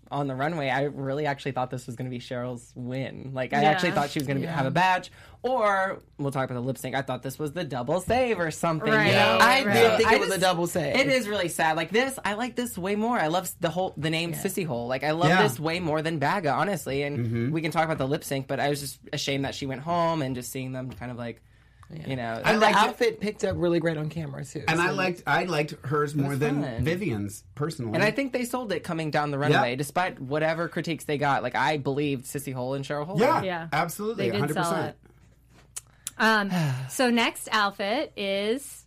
Speaker 6: on the runway, I really actually thought this was going to be Cheryl's win. Like I
Speaker 1: Yeah.
Speaker 6: actually thought she was going to have a badge, or we'll talk about the lip sync. I thought this was the double save or something.
Speaker 1: Right.
Speaker 6: You know?
Speaker 1: I
Speaker 6: So
Speaker 1: did
Speaker 4: think it was
Speaker 6: just-
Speaker 4: a double save.
Speaker 6: It is really sad. Like this, I like this way more. I love the whole the name Sissy Hole. Like I love
Speaker 5: Yeah.
Speaker 6: this way more than Baga, honestly. And
Speaker 5: Mm-hmm.
Speaker 6: we can talk about the lip sync, but I was just ashamed that she went home and just seeing them kind of like, you know,
Speaker 5: I
Speaker 4: The
Speaker 5: liked it.
Speaker 4: outfit picked up really great on camera too.
Speaker 5: And I
Speaker 4: so-
Speaker 5: liked I liked hers more than
Speaker 6: fun.
Speaker 5: Vivian's personally.
Speaker 6: And I think they sold it coming down the runway,
Speaker 5: Yeah.
Speaker 6: despite whatever critiques they got. Like I believed Sissy Hole and Cheryl Hole.
Speaker 5: yeah,
Speaker 1: Yeah.
Speaker 5: absolutely,
Speaker 1: They did
Speaker 5: hundred
Speaker 1: sell
Speaker 5: percent. [sighs]
Speaker 1: Um, so next outfit is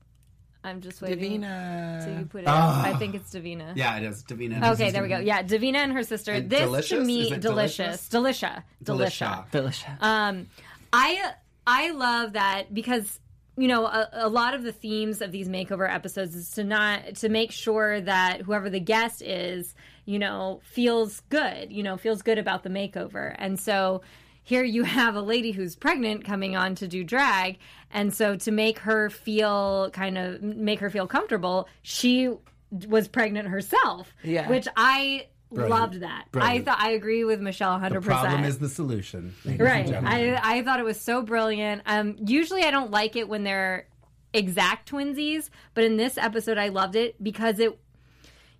Speaker 1: I'm just waiting.
Speaker 4: Davina.
Speaker 1: So you put it. up. I think it's Davina.
Speaker 5: Ah. Yeah, it is Davina. and her
Speaker 1: Okay,
Speaker 5: sister.
Speaker 1: there we go. Yeah, Davina and her sister.
Speaker 5: And
Speaker 1: this to
Speaker 5: Delicious? Is
Speaker 1: me,
Speaker 5: it
Speaker 1: delicious, Delicia, Delicia.
Speaker 5: Delicia.
Speaker 6: Delicious.
Speaker 1: Um, I I love that because you know a, a lot of the themes of these makeover episodes is to not to make sure that whoever the guest is, you know, feels good. You know, feels good about the makeover, and so. Here you have a lady who's pregnant coming on to do drag, and so to make her feel kind of make her feel comfortable, she was pregnant herself,
Speaker 4: Yeah.
Speaker 1: which I
Speaker 5: Brilliant.
Speaker 1: loved that. I
Speaker 5: Brilliant.
Speaker 1: thought I agree with Michelle hundred
Speaker 5: The
Speaker 1: percent.
Speaker 5: problem is the solution. ladies and
Speaker 1: Right.
Speaker 5: gentlemen.
Speaker 1: I, I thought it was so brilliant. Um, usually I don't like it when they're exact twinsies, but in this episode I loved it because it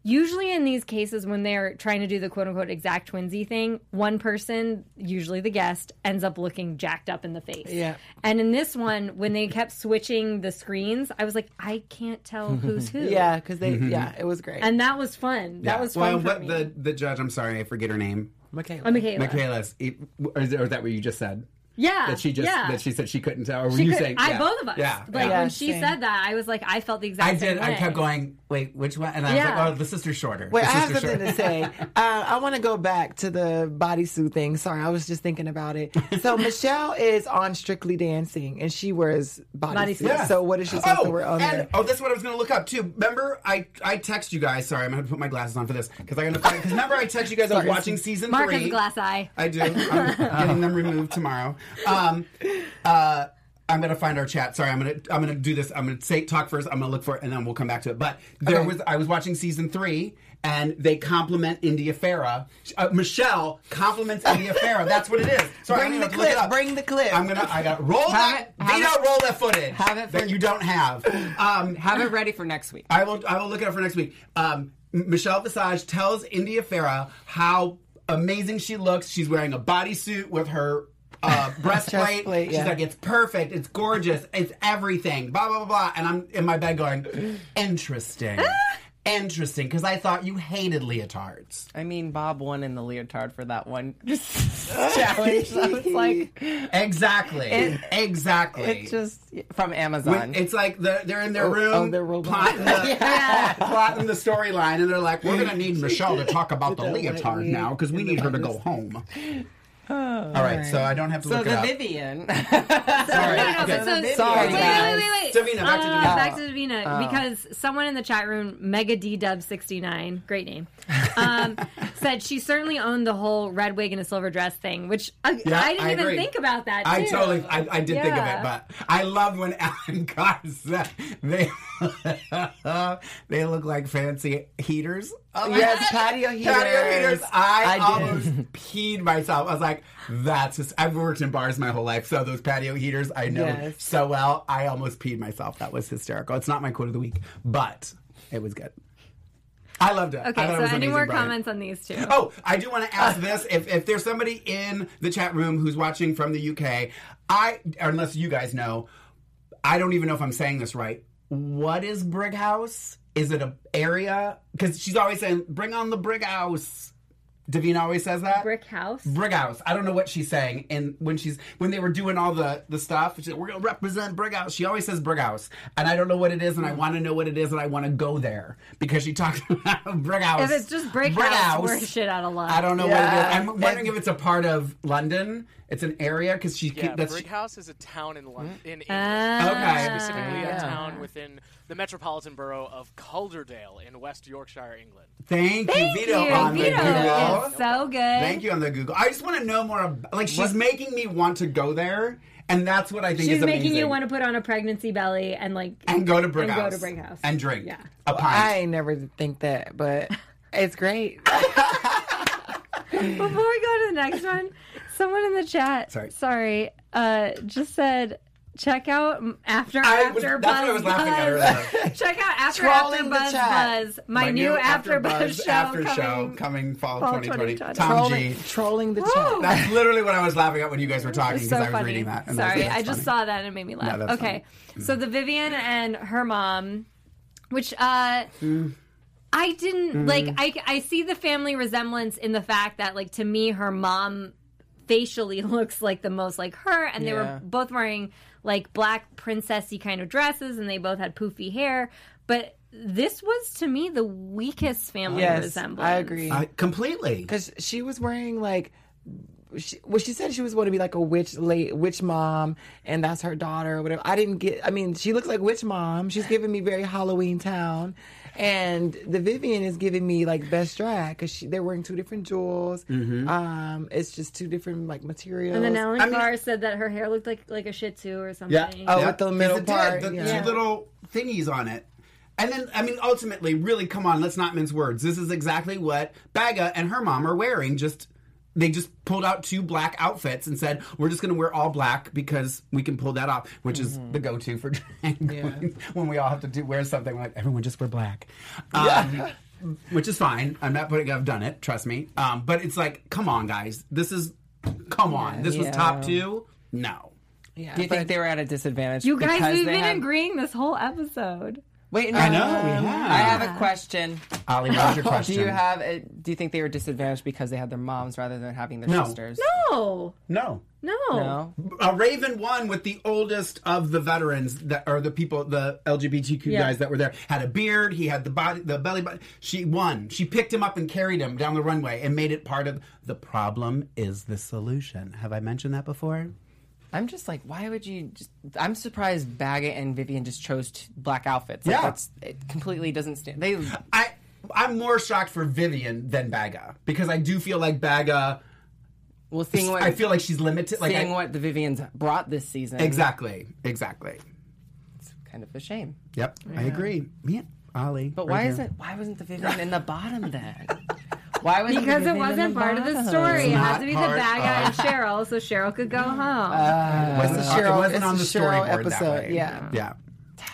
Speaker 1: usually in these cases when they're trying to do the quote unquote exact twinsy thing, one person, usually the guest, ends up looking jacked up in the face.
Speaker 4: Yeah.
Speaker 1: And in this one, when they kept switching the screens, I was like, I can't tell
Speaker 5: [laughs]
Speaker 1: who's who.
Speaker 4: Yeah, because they.
Speaker 5: Mm-hmm.
Speaker 4: Yeah, it was great.
Speaker 1: And that was fun. That
Speaker 5: Yeah.
Speaker 1: was
Speaker 5: well.
Speaker 1: fun. for
Speaker 5: what
Speaker 1: me.
Speaker 5: the the judge? I'm sorry, I forget her name.
Speaker 4: Michaela.
Speaker 1: Uh, Michaela.
Speaker 5: Michaela's. it- Or is, or is that what you just said?
Speaker 1: Yeah.
Speaker 5: That she just
Speaker 1: yeah.
Speaker 5: that she said she couldn't tell. Or were
Speaker 1: She
Speaker 5: you
Speaker 1: could-
Speaker 5: saying?
Speaker 1: I
Speaker 5: yeah.
Speaker 1: both of us.
Speaker 5: Yeah.
Speaker 1: Like
Speaker 5: yeah.
Speaker 1: when she
Speaker 4: same.
Speaker 1: said that, I was like, I felt the exact
Speaker 5: I
Speaker 1: same
Speaker 5: did. I
Speaker 1: way.
Speaker 5: kept going. Wait, which one? And I was
Speaker 1: Yeah.
Speaker 5: like, oh, the sister's shorter.
Speaker 4: Wait,
Speaker 5: the
Speaker 4: I have
Speaker 5: sister's
Speaker 4: something to
Speaker 5: shorter. [laughs]
Speaker 4: say. Uh, I want to go back to the bodysuit thing. Sorry, I was just thinking about it.
Speaker 5: [laughs]
Speaker 4: So Michelle is on Strictly Dancing, and she wears bodysuits.
Speaker 1: Bodysuits.
Speaker 5: Yeah.
Speaker 4: So what is she supposed to wear on
Speaker 5: and-
Speaker 4: there?
Speaker 5: Oh, that's what I was going to look up too. Remember, I I text you guys. Sorry, I'm going to put my glasses on for this because I'm going to find. Because remember, I text you guys. I was watching season
Speaker 1: Mark
Speaker 5: three.
Speaker 1: has a glass eye.
Speaker 5: I do. I'm getting them removed tomorrow. Um, uh, I'm gonna find our chat. Sorry, I'm gonna I'm gonna do this. I'm gonna say talk first. I'm gonna look for it, and then we'll come back to it. But there
Speaker 4: Okay.
Speaker 5: was I was watching season three, and they compliment India Farah. Uh, Michelle compliments India Farah. That's what it is. Sorry,
Speaker 4: Bring the
Speaker 5: I'm gonna have to look it
Speaker 4: clip,
Speaker 5: up.
Speaker 4: bring the clip.
Speaker 5: I'm gonna. I got roll that.
Speaker 6: it- have
Speaker 5: Vito,
Speaker 6: it-
Speaker 5: roll that footage
Speaker 6: have it for-
Speaker 5: that you don't have. Um,
Speaker 6: Have it ready for next week.
Speaker 5: I will. I will look it up for next week. Um, M- Michelle Visage tells India Farah how amazing she looks. She's wearing a bodysuit with her
Speaker 4: [laughs]
Speaker 5: uh, breastplate.
Speaker 4: plate,
Speaker 5: She's
Speaker 4: yeah.
Speaker 5: like, it's perfect. It's gorgeous. It's everything. Blah blah blah blah. And I'm in my bed going,
Speaker 4: [laughs]
Speaker 5: interesting, interesting, because I thought you hated leotards.
Speaker 6: I mean, Bob won in the leotard for that one [laughs] challenge. I was like,
Speaker 5: [laughs]
Speaker 4: [laughs]
Speaker 5: Exactly. exactly.
Speaker 6: it's just from
Speaker 5: When-
Speaker 6: Amazon.
Speaker 5: it's like they're, they're in their room
Speaker 4: oh, they're robots.
Speaker 5: plotting the,
Speaker 4: [laughs]
Speaker 5: plotting the storyline, and they're like, "We're gonna need Michelle to talk about the leotard now because we need her to go home."
Speaker 4: Oh,
Speaker 5: All right, so I don't have to
Speaker 6: so
Speaker 5: look
Speaker 6: the
Speaker 5: it up.
Speaker 6: [laughs] Vivian.
Speaker 5: Sorry.
Speaker 1: No, no,
Speaker 5: Okay.
Speaker 1: but so-
Speaker 6: Sorry,
Speaker 1: wait, wait,
Speaker 6: guys.
Speaker 1: wait, wait.
Speaker 5: Davina, back to
Speaker 1: Uh,
Speaker 5: Davina. Oh.
Speaker 1: back to Davina, because someone in the chat room, Mega D Dub sixty nine, great name,
Speaker 5: [laughs]
Speaker 1: um, said she certainly owned the whole red wig and a silver dress thing, which uh, I,
Speaker 5: Yeah,
Speaker 1: I didn't
Speaker 5: I
Speaker 1: even
Speaker 5: agree.
Speaker 1: think about that. Too.
Speaker 5: I totally, I, I did think of it,
Speaker 1: Yeah.
Speaker 5: but I love when Alan [laughs] Carr said they [laughs] they look like fancy heaters. Oh my
Speaker 4: Yes,
Speaker 5: God.
Speaker 4: patio
Speaker 5: [laughs] Patio
Speaker 4: heaters.
Speaker 5: heaters. I,
Speaker 4: I did.
Speaker 1: [laughs]
Speaker 5: almost peed myself. I was like, "That's just." I've worked in bars my whole life, so those patio heaters I know
Speaker 4: Yes.
Speaker 5: so well. I almost peed myself. That was hysterical. It's not my quote of the week, but it was good. I loved it. I
Speaker 1: Okay,
Speaker 5: thought it
Speaker 1: so
Speaker 5: was
Speaker 1: any
Speaker 5: amazing,
Speaker 1: more
Speaker 5: Brian.
Speaker 1: comments on these two?
Speaker 5: Oh, I do want to ask this: if if there's somebody in the chat room who's watching from the UK, I or unless you guys know, I don't even know if I'm saying this right. What is Brig House? Is it a area? Because she's always saying, "Bring on the Brig House." Davina always says that.
Speaker 1: Brick House.
Speaker 5: Brig House. I don't know what she's saying, and when she's when they were doing all the the stuff, she said, we're gonna represent Brig House. She always says Brig House, and I don't know what it is, and I want to know what it is, and I want to go there because she talks [laughs] about Brig House.
Speaker 1: If it's just Brick,
Speaker 5: Brig
Speaker 1: House, we're shit out of luck.
Speaker 5: I don't know what it is.
Speaker 4: Yeah.
Speaker 5: I'm wondering if it's a part of London. It's an area because she
Speaker 7: Yeah,
Speaker 5: that's
Speaker 7: Brighouse is a town in London, in England,
Speaker 1: Ah.
Speaker 5: Okay.
Speaker 7: specifically
Speaker 6: Yeah.
Speaker 7: a town within the metropolitan borough of Calderdale in West Yorkshire, England.
Speaker 5: Thank,
Speaker 1: Thank
Speaker 5: you, Vito,
Speaker 1: you.
Speaker 5: on
Speaker 1: Vito
Speaker 5: the Google.
Speaker 1: is so good.
Speaker 5: Thank you on the Google. I just want to know more. About, like she's making me want to go there, and that's what I think
Speaker 1: She's
Speaker 5: is amazing.
Speaker 1: making you want to put on a pregnancy belly and [laughs] like
Speaker 5: and go to Brighouse
Speaker 1: and go to Brick House
Speaker 5: and drink
Speaker 1: Yeah.
Speaker 5: a pint.
Speaker 4: I ain't never think that, but it's great.
Speaker 1: Before we go to the next one, someone in the chat,
Speaker 5: Sorry.
Speaker 1: sorry, uh, just said check out m- after
Speaker 5: I was-
Speaker 1: after
Speaker 5: that's what I
Speaker 1: buzz
Speaker 5: was laughing at
Speaker 1: buzz. check out after after
Speaker 4: Trolling the
Speaker 1: buzz
Speaker 4: chat.
Speaker 1: buzz. [laughs] My, new, after buzz, show
Speaker 5: after
Speaker 1: coming.
Speaker 5: show coming fall,
Speaker 1: fall
Speaker 5: 2020.
Speaker 1: 2020.
Speaker 5: Tom G.
Speaker 4: Trolling, trolling the
Speaker 1: Whoa.
Speaker 4: chat.
Speaker 5: That's literally what I was laughing at when you guys were talking
Speaker 1: It's
Speaker 5: because
Speaker 1: so
Speaker 5: I was
Speaker 1: funny.
Speaker 5: reading that. and that was-
Speaker 1: Sorry,
Speaker 5: that's
Speaker 1: I just
Speaker 5: funny.
Speaker 1: saw that and it made me laugh.
Speaker 5: No, that's Mm.
Speaker 1: okay, so the Vivian and her mom, which uh,
Speaker 5: Mm.
Speaker 1: I didn't like. I I see the family resemblance in the fact that like to me, her mom facially [laughs] looks like the most like her, and they
Speaker 6: Yeah.
Speaker 1: were both wearing like black princessy kind of dresses, and they both had poofy hair, but. This was to me the weakest family
Speaker 4: Yes,
Speaker 1: resemblance.
Speaker 4: I agree.
Speaker 5: Uh, completely.
Speaker 4: Because she was wearing like, she, well, she said she was going to be like a witch late witch mom, and that's her daughter or whatever. I didn't get. I mean, she looks like witch mom. She's giving me very Halloween town, and the Vivian is giving me like best drag because they're wearing two different jewels. Um, it's just two different like materials.
Speaker 1: And then Ellen
Speaker 5: I mean-
Speaker 1: Carr said that her hair looked like like a Shih Tzu or something.
Speaker 5: Yeah.
Speaker 4: Oh,
Speaker 5: yeah.
Speaker 4: with the
Speaker 5: Because
Speaker 4: middle
Speaker 5: it did,
Speaker 4: part,
Speaker 5: The
Speaker 4: yeah.
Speaker 5: two little thingies on it. And then, I mean, ultimately, really, come on, let's not mince words. This is exactly what Baga and her mom are wearing. Just they just pulled out two black outfits and said, "We're just going to wear all black because we can pull that off," which
Speaker 4: Mm-hmm.
Speaker 5: is the go-to for drag queens [laughs] when we all have to do wear something. We're like everyone just wear black. Um, Which is fine. I'm not putting. I've done it. Trust me. Um, but it's like, come on, guys. This is, come on. This was top two. No.
Speaker 4: yeah,
Speaker 6: Do you think they were at a disadvantage?
Speaker 1: You guys,
Speaker 6: because
Speaker 1: we've
Speaker 6: they
Speaker 1: been
Speaker 6: have-
Speaker 1: agreeing this whole episode.
Speaker 6: Wait, no,
Speaker 5: I know.
Speaker 6: no,
Speaker 5: we
Speaker 6: no.
Speaker 5: have.
Speaker 6: Um, I
Speaker 5: [laughs]
Speaker 6: have a question.
Speaker 5: Ollie, what was your question?
Speaker 6: [laughs] Do you have? A, do you think they were disadvantaged because they had their moms rather than having their
Speaker 5: No.
Speaker 6: sisters?
Speaker 1: No,
Speaker 5: no?
Speaker 1: no.
Speaker 6: No.
Speaker 5: Uh, Raven won with the oldest of the veterans that are the people, the LGBTQ
Speaker 1: Yeah.
Speaker 5: guys that were there. Had a beard. He had the body, the belly button. She won. She picked him up and carried him down the runway and made it part of the problem. Is the solution? Have I mentioned that before?
Speaker 6: I'm just like, why would you? Just, I'm surprised Baga and Vivian just chose t- black outfits. Like,
Speaker 5: Yeah.
Speaker 6: that's, it completely doesn't stand. They
Speaker 5: I I'm more shocked for Vivian than Baga because I do feel like Baga.
Speaker 6: well, seeing what
Speaker 5: I feel like she's limited. Like
Speaker 6: seeing
Speaker 5: I-
Speaker 6: what the Vivians brought this season.
Speaker 5: exactly, exactly.
Speaker 6: kind of a shame.
Speaker 5: Yep, I agree. Yeah, Ollie.
Speaker 6: But why isn't why wasn't the Vivian in the bottom then? Why was
Speaker 1: Because it wasn't part of the story. It had to be the
Speaker 5: Not
Speaker 1: bad guy and
Speaker 5: part
Speaker 1: Cheryl, so Cheryl could go home.
Speaker 5: wasn't,
Speaker 4: it's a
Speaker 5: on-
Speaker 4: Cheryl-
Speaker 5: it wasn't
Speaker 4: it's
Speaker 5: on
Speaker 4: a
Speaker 5: the
Speaker 4: Cheryl
Speaker 5: storyboard
Speaker 4: episode,
Speaker 5: that way.
Speaker 4: yeah.
Speaker 5: yeah.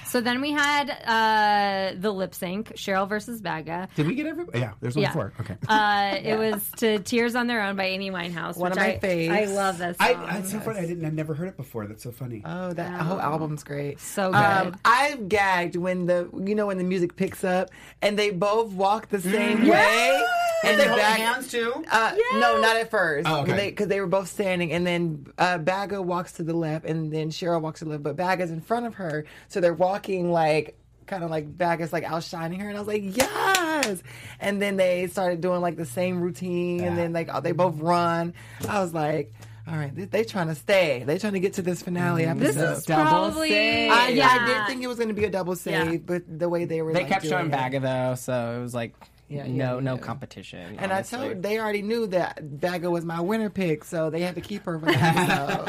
Speaker 1: so then we had uh, the lip sync, Cheryl versus Baga.
Speaker 5: Did we get everybody? Yeah, there's only
Speaker 1: Yeah.
Speaker 5: four. Okay.
Speaker 1: Uh, It was to "Tears on Their Own" by Amy Winehouse. which
Speaker 4: One of my
Speaker 1: I,
Speaker 4: faves.
Speaker 1: I love that
Speaker 5: I,
Speaker 1: song.
Speaker 5: I, it's so funny. I didn't. I've never heard it before. That's so funny.
Speaker 4: Oh, that whole album's great.
Speaker 1: So good.
Speaker 4: I gagged when the you know when the music picks up and they both walk the same
Speaker 1: Mm.
Speaker 4: way.
Speaker 5: and they hold
Speaker 4: Bag-
Speaker 5: hands too.
Speaker 4: Uh, No, not at first.
Speaker 5: Oh, okay.
Speaker 4: Because they, were both standing, and then uh, Bagga walks to the left, and then Cheryl walks to the left, but Bagga's in front of her, so they're walking like kind of like Bagga's like outshining her, and I was like, yes. And then they started doing like the same routine, and
Speaker 5: Yeah.
Speaker 4: then like oh, they both run. I was like, all right, they, they trying to stay, they trying to get to this finale
Speaker 1: this
Speaker 4: episode.
Speaker 1: is
Speaker 6: double
Speaker 1: probably
Speaker 6: save.
Speaker 4: I,
Speaker 1: yeah.
Speaker 4: I did think it was going to be a double save,
Speaker 1: Yeah.
Speaker 4: but the way they were,
Speaker 6: They
Speaker 4: like,
Speaker 6: kept
Speaker 4: doing
Speaker 6: showing
Speaker 4: it.
Speaker 6: Baga though, so it was like
Speaker 4: Yeah, yeah,
Speaker 6: no
Speaker 4: yeah,
Speaker 6: no
Speaker 4: yeah.
Speaker 6: competition.
Speaker 4: And
Speaker 6: honestly.
Speaker 4: I told they already knew that Bagga was my winner pick, so they had to keep her for the
Speaker 5: [laughs]
Speaker 4: episode.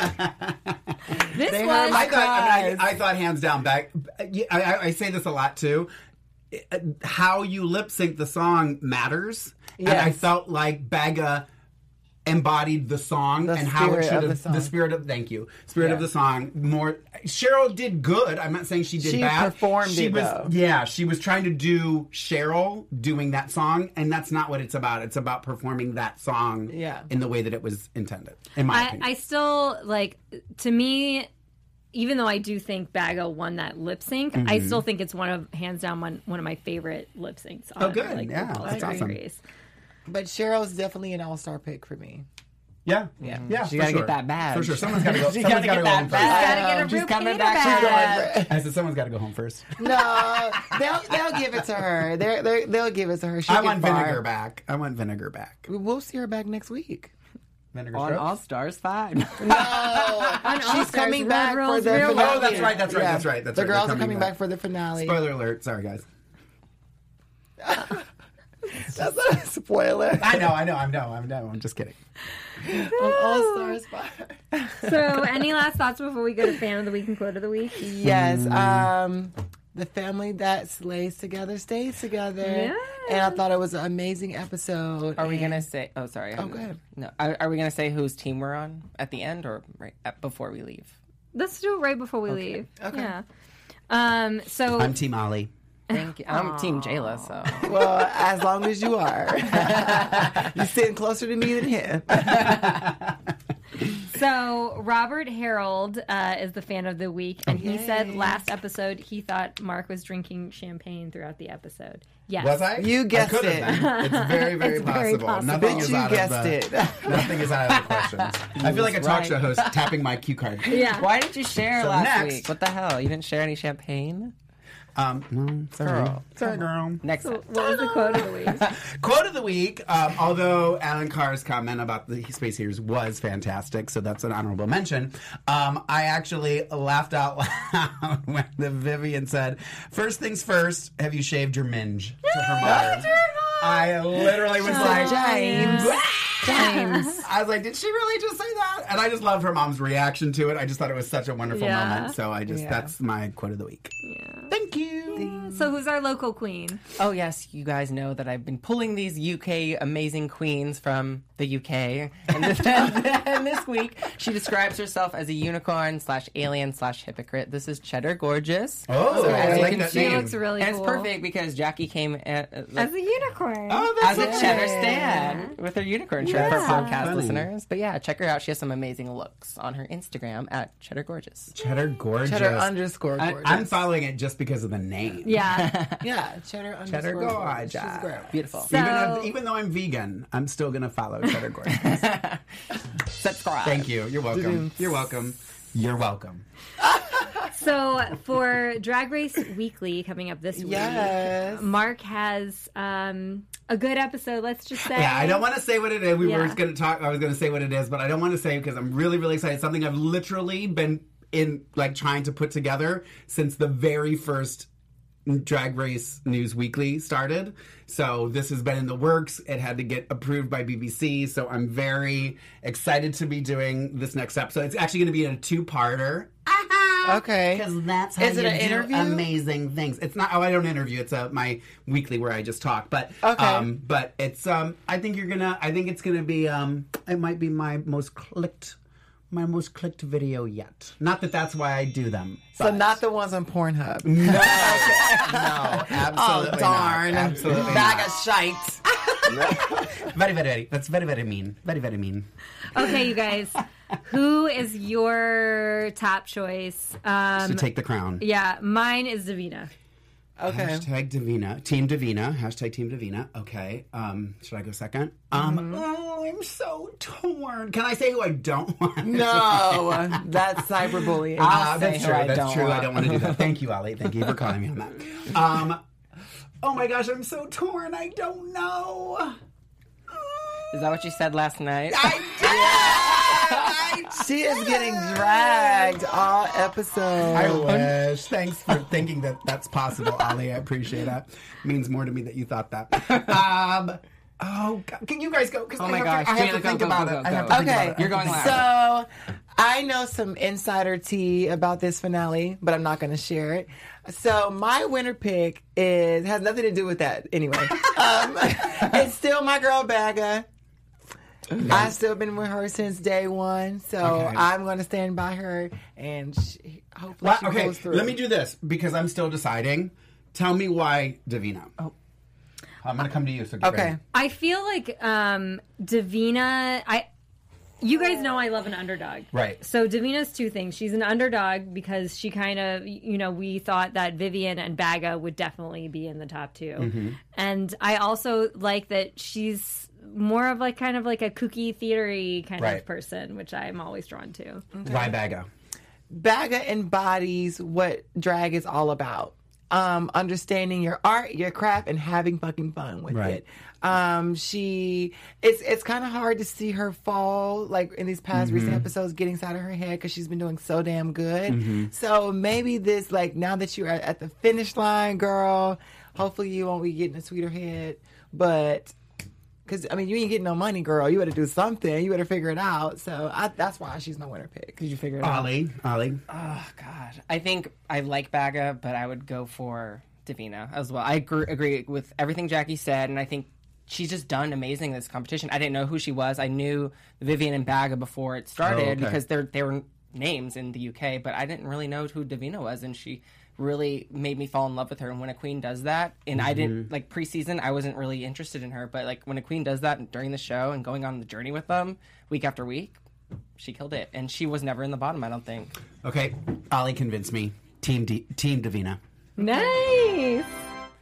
Speaker 1: this
Speaker 4: They
Speaker 1: was
Speaker 4: heard Oh my
Speaker 5: I thought, I, mean, I, I thought hands down back. I, I, I say this a lot too. Uh, How you lip sync the song matters, and I
Speaker 4: Yes.
Speaker 5: felt like Baga embodied the song
Speaker 4: The
Speaker 5: and how it
Speaker 4: spirit
Speaker 5: should
Speaker 4: of
Speaker 5: have
Speaker 4: the song.
Speaker 5: spirit of thank you spirit of the song more Cheryl did good I'm not saying she did
Speaker 4: She
Speaker 5: bad
Speaker 4: performed
Speaker 5: she
Speaker 4: it,
Speaker 5: was
Speaker 4: though.
Speaker 5: yeah she was trying to do Cheryl doing that song and that's not what it's about it's about performing that song
Speaker 4: Yeah.
Speaker 5: in the way that it was intended in my
Speaker 1: I,
Speaker 5: opinion
Speaker 1: I still like to me even though I do think Bago won that lip sync, I
Speaker 5: Mm-hmm.
Speaker 1: still think it's one of hands down one one of my favorite lip syncs. On,
Speaker 5: Oh, good. Yeah,
Speaker 1: RuPaul's
Speaker 5: that's
Speaker 1: Drag
Speaker 5: awesome.
Speaker 1: Race.
Speaker 4: but Cheryl's definitely an all-star pick for me.
Speaker 5: Yeah, yeah, yeah.
Speaker 6: She
Speaker 5: for
Speaker 6: gotta get
Speaker 5: sure.
Speaker 6: that badge.
Speaker 5: for sure. Someone's gotta go.
Speaker 6: She
Speaker 5: someone's gotta go
Speaker 6: gotta get that
Speaker 5: home
Speaker 6: badge.
Speaker 1: Gotta get a
Speaker 6: Um, she's
Speaker 1: Rupita
Speaker 6: coming back. She's
Speaker 1: badge.
Speaker 6: going for it.
Speaker 5: first. I said someone's gotta go home first.
Speaker 4: No, they'll they'll give it to her. They're, they're, they'll give it to her. She
Speaker 5: I
Speaker 4: can
Speaker 5: want
Speaker 4: barf.
Speaker 5: vinegar back. I want vinegar back.
Speaker 4: We- We'll see her back next week.
Speaker 5: Vinegar
Speaker 6: on
Speaker 5: strokes?
Speaker 6: All Stars five.
Speaker 4: [laughs] Oh, she's
Speaker 1: All-Stars,
Speaker 4: coming
Speaker 1: Road
Speaker 4: back for
Speaker 1: Rules,
Speaker 4: the
Speaker 1: Real
Speaker 4: finale.
Speaker 5: Oh, that's right, that's right, that's right, that's
Speaker 4: the
Speaker 5: right,
Speaker 4: girls
Speaker 5: they're
Speaker 4: are coming
Speaker 5: coming
Speaker 4: back.
Speaker 5: back.
Speaker 4: for the finale.
Speaker 5: Spoiler alert. Sorry, guys.
Speaker 4: That's not a [laughs] spoiler.
Speaker 5: I know, I know, I know, I know. I'm just kidding.
Speaker 4: All stars five.
Speaker 5: Mm.
Speaker 1: So, any last thoughts before we go to fan of the week and quote of the week?
Speaker 4: Yes. Um, the family that slays together stays together. And I thought it was an amazing episode.
Speaker 6: Are we
Speaker 4: And-
Speaker 6: gonna say? Oh, sorry.
Speaker 4: Oh, go ahead.
Speaker 6: No. Are, are we gonna say whose team we're on at the end or right at, before we leave?
Speaker 1: Let's do it right before we leave. Okay. Yeah. Um. So
Speaker 5: I'm Team Ollie.
Speaker 6: Thank you. I'm Team Jayla,
Speaker 4: [laughs]
Speaker 6: so
Speaker 4: Well, as long as you
Speaker 6: [laughs]
Speaker 4: are. You're sitting closer to me than him.
Speaker 1: So Robert Harold uh, is the fan of the week, and he said last episode he thought Mark was drinking champagne throughout the episode. Yes.
Speaker 5: Was I?
Speaker 4: You guessed
Speaker 5: I could've
Speaker 4: it.
Speaker 5: been. It's very, very,
Speaker 1: It's
Speaker 5: possible.
Speaker 1: very possible.
Speaker 5: Nothing
Speaker 4: Bitch,
Speaker 5: is
Speaker 4: you
Speaker 5: out
Speaker 4: guessed
Speaker 5: of the,
Speaker 4: it.
Speaker 5: Nothing is out of the question. I feel like a talk show host tapping my cue card.
Speaker 1: Yeah.
Speaker 6: why didn't you share
Speaker 5: So
Speaker 6: last
Speaker 5: next-
Speaker 6: week? What the hell? You didn't share any champagne,
Speaker 5: Um, mm, sorry.
Speaker 6: Girl.
Speaker 5: Sorry, girl.
Speaker 6: Next.
Speaker 1: What was the quote of the
Speaker 5: [laughs]
Speaker 1: week?
Speaker 5: Quote of the week. Um, although Alan Carr's comment about the Space Heaters was fantastic, so that's an honorable mention. Um, I actually laughed out [laughs] loud when the Vivian said, First things first, have you shaved your minge? To her mother. I literally was like,
Speaker 4: James.
Speaker 1: James.
Speaker 5: I was like, did she really just say that? And I just loved her mom's reaction to it. I just thought it was such a wonderful
Speaker 1: Yeah.
Speaker 5: moment. So I just, that's my quote of the week. Thank you.
Speaker 1: So who's our local queen?
Speaker 6: Oh yes, you guys know that I've been pulling these UK amazing queens from the UK, and [laughs] this, and this week she describes herself as a unicorn slash alien slash hypocrite. This is Cheddar Gorgeous.
Speaker 5: Oh, I
Speaker 6: as you
Speaker 5: like
Speaker 6: can
Speaker 5: that
Speaker 6: see,
Speaker 1: She
Speaker 5: name.
Speaker 1: looks really
Speaker 6: and it's
Speaker 1: cool.
Speaker 6: perfect because Jackie came at, uh,
Speaker 1: As a unicorn.
Speaker 5: Oh,
Speaker 6: as
Speaker 5: that's
Speaker 6: a
Speaker 5: it.
Speaker 6: cheddar stand with her unicorn shirt for podcast
Speaker 5: Funny.
Speaker 6: listeners. But yeah, check her out. She has some amazing looks on her Instagram at cheddar gorgeous.
Speaker 5: Cheddar gorgeous.
Speaker 4: Cheddar underscore
Speaker 5: I,
Speaker 4: gorgeous.
Speaker 5: I'm following it just because of the name. [laughs]
Speaker 1: Yeah.
Speaker 4: yeah, cheddar underscore
Speaker 5: Cheddar
Speaker 4: gorgeous. She's
Speaker 5: gorgeous.
Speaker 4: great.
Speaker 6: Beautiful.
Speaker 1: So-
Speaker 5: Even, if, even though I'm vegan, I'm still going to follow
Speaker 1: [laughs]
Speaker 5: Cheddar Gorgeous.
Speaker 6: Subscribe.
Speaker 5: Thank you. You're welcome. You're welcome. You're welcome.
Speaker 1: So for Drag Race Weekly coming up this week,
Speaker 4: Yes.
Speaker 1: Mark has um, a good episode. Let's just say.
Speaker 5: [laughs] Yeah, I don't want to say what it is. We were
Speaker 1: Yeah.
Speaker 5: just going to talk. I was going to say what it is, but I don't want to say because I'm really, really excited. Something I've literally been in, like, trying to put together since the very first Drag Race News Weekly started. So this has been in the works. It had to get approved by BBC. So I'm very excited to be doing this next episode. It's actually going to be a two-parter.
Speaker 4: Okay.
Speaker 5: Because that's how
Speaker 4: Is it
Speaker 5: you
Speaker 4: an
Speaker 5: do
Speaker 4: interview?
Speaker 5: amazing things. It's not. Oh, I don't interview. It's uh my weekly where I just talk. But
Speaker 4: Okay.
Speaker 5: Um, but it's. Um, I think you're gonna. I think it's gonna be. Um, it might be my most clicked, my most clicked video yet. Not that that's why I do them.
Speaker 4: So
Speaker 5: [laughs] but-
Speaker 4: not the ones on Pornhub.
Speaker 5: No, no, absolutely
Speaker 4: oh darn!
Speaker 5: Not. Absolutely
Speaker 4: Bag
Speaker 5: not.
Speaker 4: of shite.
Speaker 5: Very, very, very. That's very, very mean. Very, very mean.
Speaker 1: Okay, you guys.
Speaker 5: [laughs]
Speaker 1: Who is your top choice? Um,
Speaker 5: To take the crown.
Speaker 1: Yeah, mine is Davina.
Speaker 4: Okay.
Speaker 5: Hashtag Davina. Team Davina. Hashtag Team Davina. Okay. Um, should I go second? Um,
Speaker 6: Mm-hmm.
Speaker 5: oh, I'm so torn. Can I say who I don't [laughs] want?
Speaker 4: No, that's cyberbullying.
Speaker 5: Ah,
Speaker 6: say
Speaker 5: that's
Speaker 6: who
Speaker 5: true.
Speaker 6: I
Speaker 5: that's
Speaker 6: don't
Speaker 5: true. I
Speaker 6: want.
Speaker 5: don't want to do
Speaker 6: [laughs]
Speaker 5: that. Thank you, Ali. Thank you for calling me on that. Um, oh my gosh, I'm so torn. I don't know.
Speaker 6: Is that what you said last night?
Speaker 4: She is getting dragged all episode.
Speaker 5: I Oh, wish. Thanks
Speaker 6: [laughs]
Speaker 5: for thinking that that's possible, Ali. I appreciate that. means more to me that you thought
Speaker 6: [laughs]
Speaker 5: that. Um, oh, God. can you guys go? 'Cause
Speaker 6: Oh
Speaker 5: I
Speaker 6: my
Speaker 5: have to-
Speaker 6: gosh.
Speaker 5: I have
Speaker 6: Jayla,
Speaker 5: to
Speaker 6: go,
Speaker 5: think
Speaker 6: go,
Speaker 5: about
Speaker 6: go,
Speaker 5: it.
Speaker 6: go,
Speaker 5: I have
Speaker 6: go.
Speaker 5: to think
Speaker 4: Okay,
Speaker 5: about it.
Speaker 6: You're going last.
Speaker 4: So, I know some insider tea about this finale, but I'm not going to share it. So, my winner pick is has nothing to do with that
Speaker 5: [laughs]
Speaker 4: anyway. um, [laughs] it's still my girl Baga. I've still been with her since day one, so
Speaker 5: Okay.
Speaker 4: I'm going to stand by her, and she, hopefully
Speaker 5: Why-
Speaker 4: she
Speaker 5: okay,
Speaker 4: goes through.
Speaker 5: let me do this because I'm still deciding. Tell me why Davina. Oh. I'm going to come to you. So get
Speaker 4: Okay.
Speaker 5: ready.
Speaker 1: I feel like um, Davina. I, you guys know I love an underdog,
Speaker 5: Right.
Speaker 1: So Davina's two things. She's an underdog because she kind of, you know, we thought that Vivian and Baga would definitely be in the top 2
Speaker 5: Mm-hmm.
Speaker 1: and I also like that she's more of like kind of like a kooky theatery kind
Speaker 5: Right.
Speaker 1: of person, which I'm always drawn to.
Speaker 5: Why Baga?
Speaker 4: Baga embodies what drag is all about. Um, understanding your art, your craft, and having fucking fun with
Speaker 5: Right.
Speaker 4: it. Um, she, it's it's kind of hard to see her fall like in these past recent episodes, getting out of her head because she's been doing so damn good. So maybe this like now that you're at, at the finish line, girl, hopefully you won't be getting a sweeter head, but Because I mean, you ain't getting no money, girl. You better do something. You better figure it out. So I, that's why she's my winner pick. Because you figure it out.
Speaker 5: Ollie, Ollie.
Speaker 6: Oh God, I think I like Baga, but I would go for Davina as well. I agree, agree with everything Jackie said, and I think she's just done amazing in this competition. I didn't know who she was. I knew Vivian and Baga before it started
Speaker 5: okay.
Speaker 6: because they're they were names in the UK, but I didn't really know who Davina was, and she really made me fall in love with her. And when a queen does that, and I didn't like preseason, I wasn't really interested in her, but like when a queen does that during the show and going on the journey with them week after week. She killed it, and she was never in the bottom. I don't think.
Speaker 5: Okay, Ollie convinced me. Team D- Team Davina.
Speaker 1: Nice.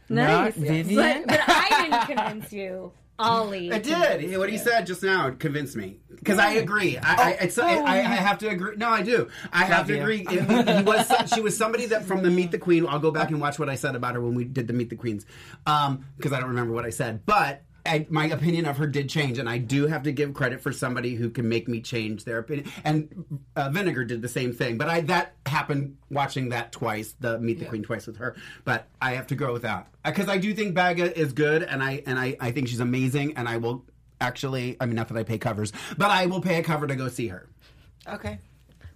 Speaker 1: Nice.
Speaker 6: Vivian?
Speaker 1: But, but I didn't convince you,
Speaker 5: [laughs]
Speaker 1: Ollie.
Speaker 5: It did. What he said just now convinced me because I agree. I,
Speaker 4: Oh.
Speaker 5: I, it's, I, I, I have to agree. No, I do. I have to
Speaker 6: you.
Speaker 5: agree. It- he was some- she was somebody that from the Meet the Queen. I'll go back and watch what I said about her when we did the Meet the Queens because I don't remember what I said, but. I, my opinion of her did change, and I do have to give credit for somebody who can make me change their opinion. And uh, Vinegar did the same thing, but I that happened watching that twice, the Meet the Queen twice with her. But I have to go with that because I do think Baga is good, and I and I, I think she's amazing, and I will actually, I mean, not that I pay covers, but I will pay a cover to go see her.
Speaker 6: Okay.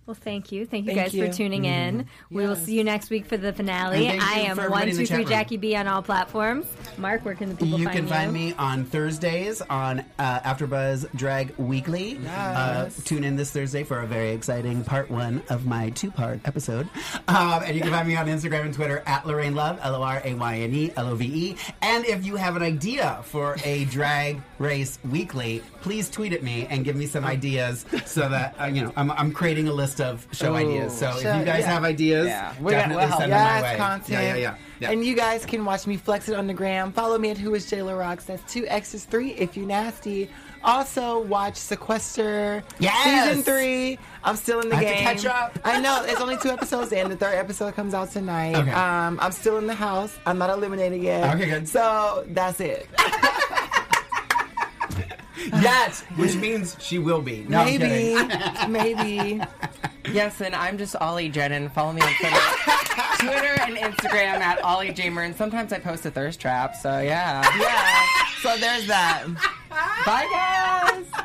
Speaker 1: Well, thank you. Thank you
Speaker 6: Thank
Speaker 1: guys
Speaker 6: you.
Speaker 1: for tuning in.
Speaker 5: Mm-hmm.
Speaker 1: We will see you next week for the finale.
Speaker 5: And thank
Speaker 1: I
Speaker 5: you
Speaker 1: am
Speaker 5: for everybody
Speaker 1: one, two,
Speaker 5: in the chat
Speaker 1: three,
Speaker 5: room.
Speaker 1: Jackie B on all platforms. Mark, where can the people
Speaker 5: you
Speaker 1: find
Speaker 5: can
Speaker 1: you?
Speaker 5: find me on Thursdays on uh, AfterBuzz Drag Weekly. Uh, tune in this Thursday for a very exciting part one of my two-part episode. Um, and you can find me on Instagram and Twitter at Lorraine Love, L-O-R-A-Y-N-E, L-O-V-E. E. And if you have an idea for a drag race weekly, please tweet at me and give me some ideas so that uh, you know I'm, I'm creating a list of show ideas. So if you guys
Speaker 4: yeah.
Speaker 5: have ideas,
Speaker 6: Yeah. We're gonna-
Speaker 5: definitely
Speaker 6: we'll help.
Speaker 5: send them my way.
Speaker 4: Yes, content.
Speaker 5: Yeah, yeah, yeah. yeah.
Speaker 4: And you guys can watch me flex it on the gram. Follow me at Who is Jayla Rocks. That's two X's three if you nasty. Also watch Sequester
Speaker 5: Yes!
Speaker 4: season three. I'm still in the
Speaker 5: I have to
Speaker 4: game.
Speaker 5: catch up.
Speaker 4: I know it's only two episodes in. The third episode comes out tonight.
Speaker 5: Okay.
Speaker 4: Um, I'm still in the house. I'm not eliminated yet.
Speaker 5: Okay, good.
Speaker 4: So that's it.
Speaker 5: yes, which means she will be. No, I'm kidding.
Speaker 4: maybe,
Speaker 5: [laughs]
Speaker 4: maybe.
Speaker 6: Yes, and I'm just Ollie Drennan. Follow me on Twitter, [laughs] Twitter and Instagram at Ollie Jamer. And sometimes I post a thirst trap. So yeah, yeah. So there's that. Bye guys.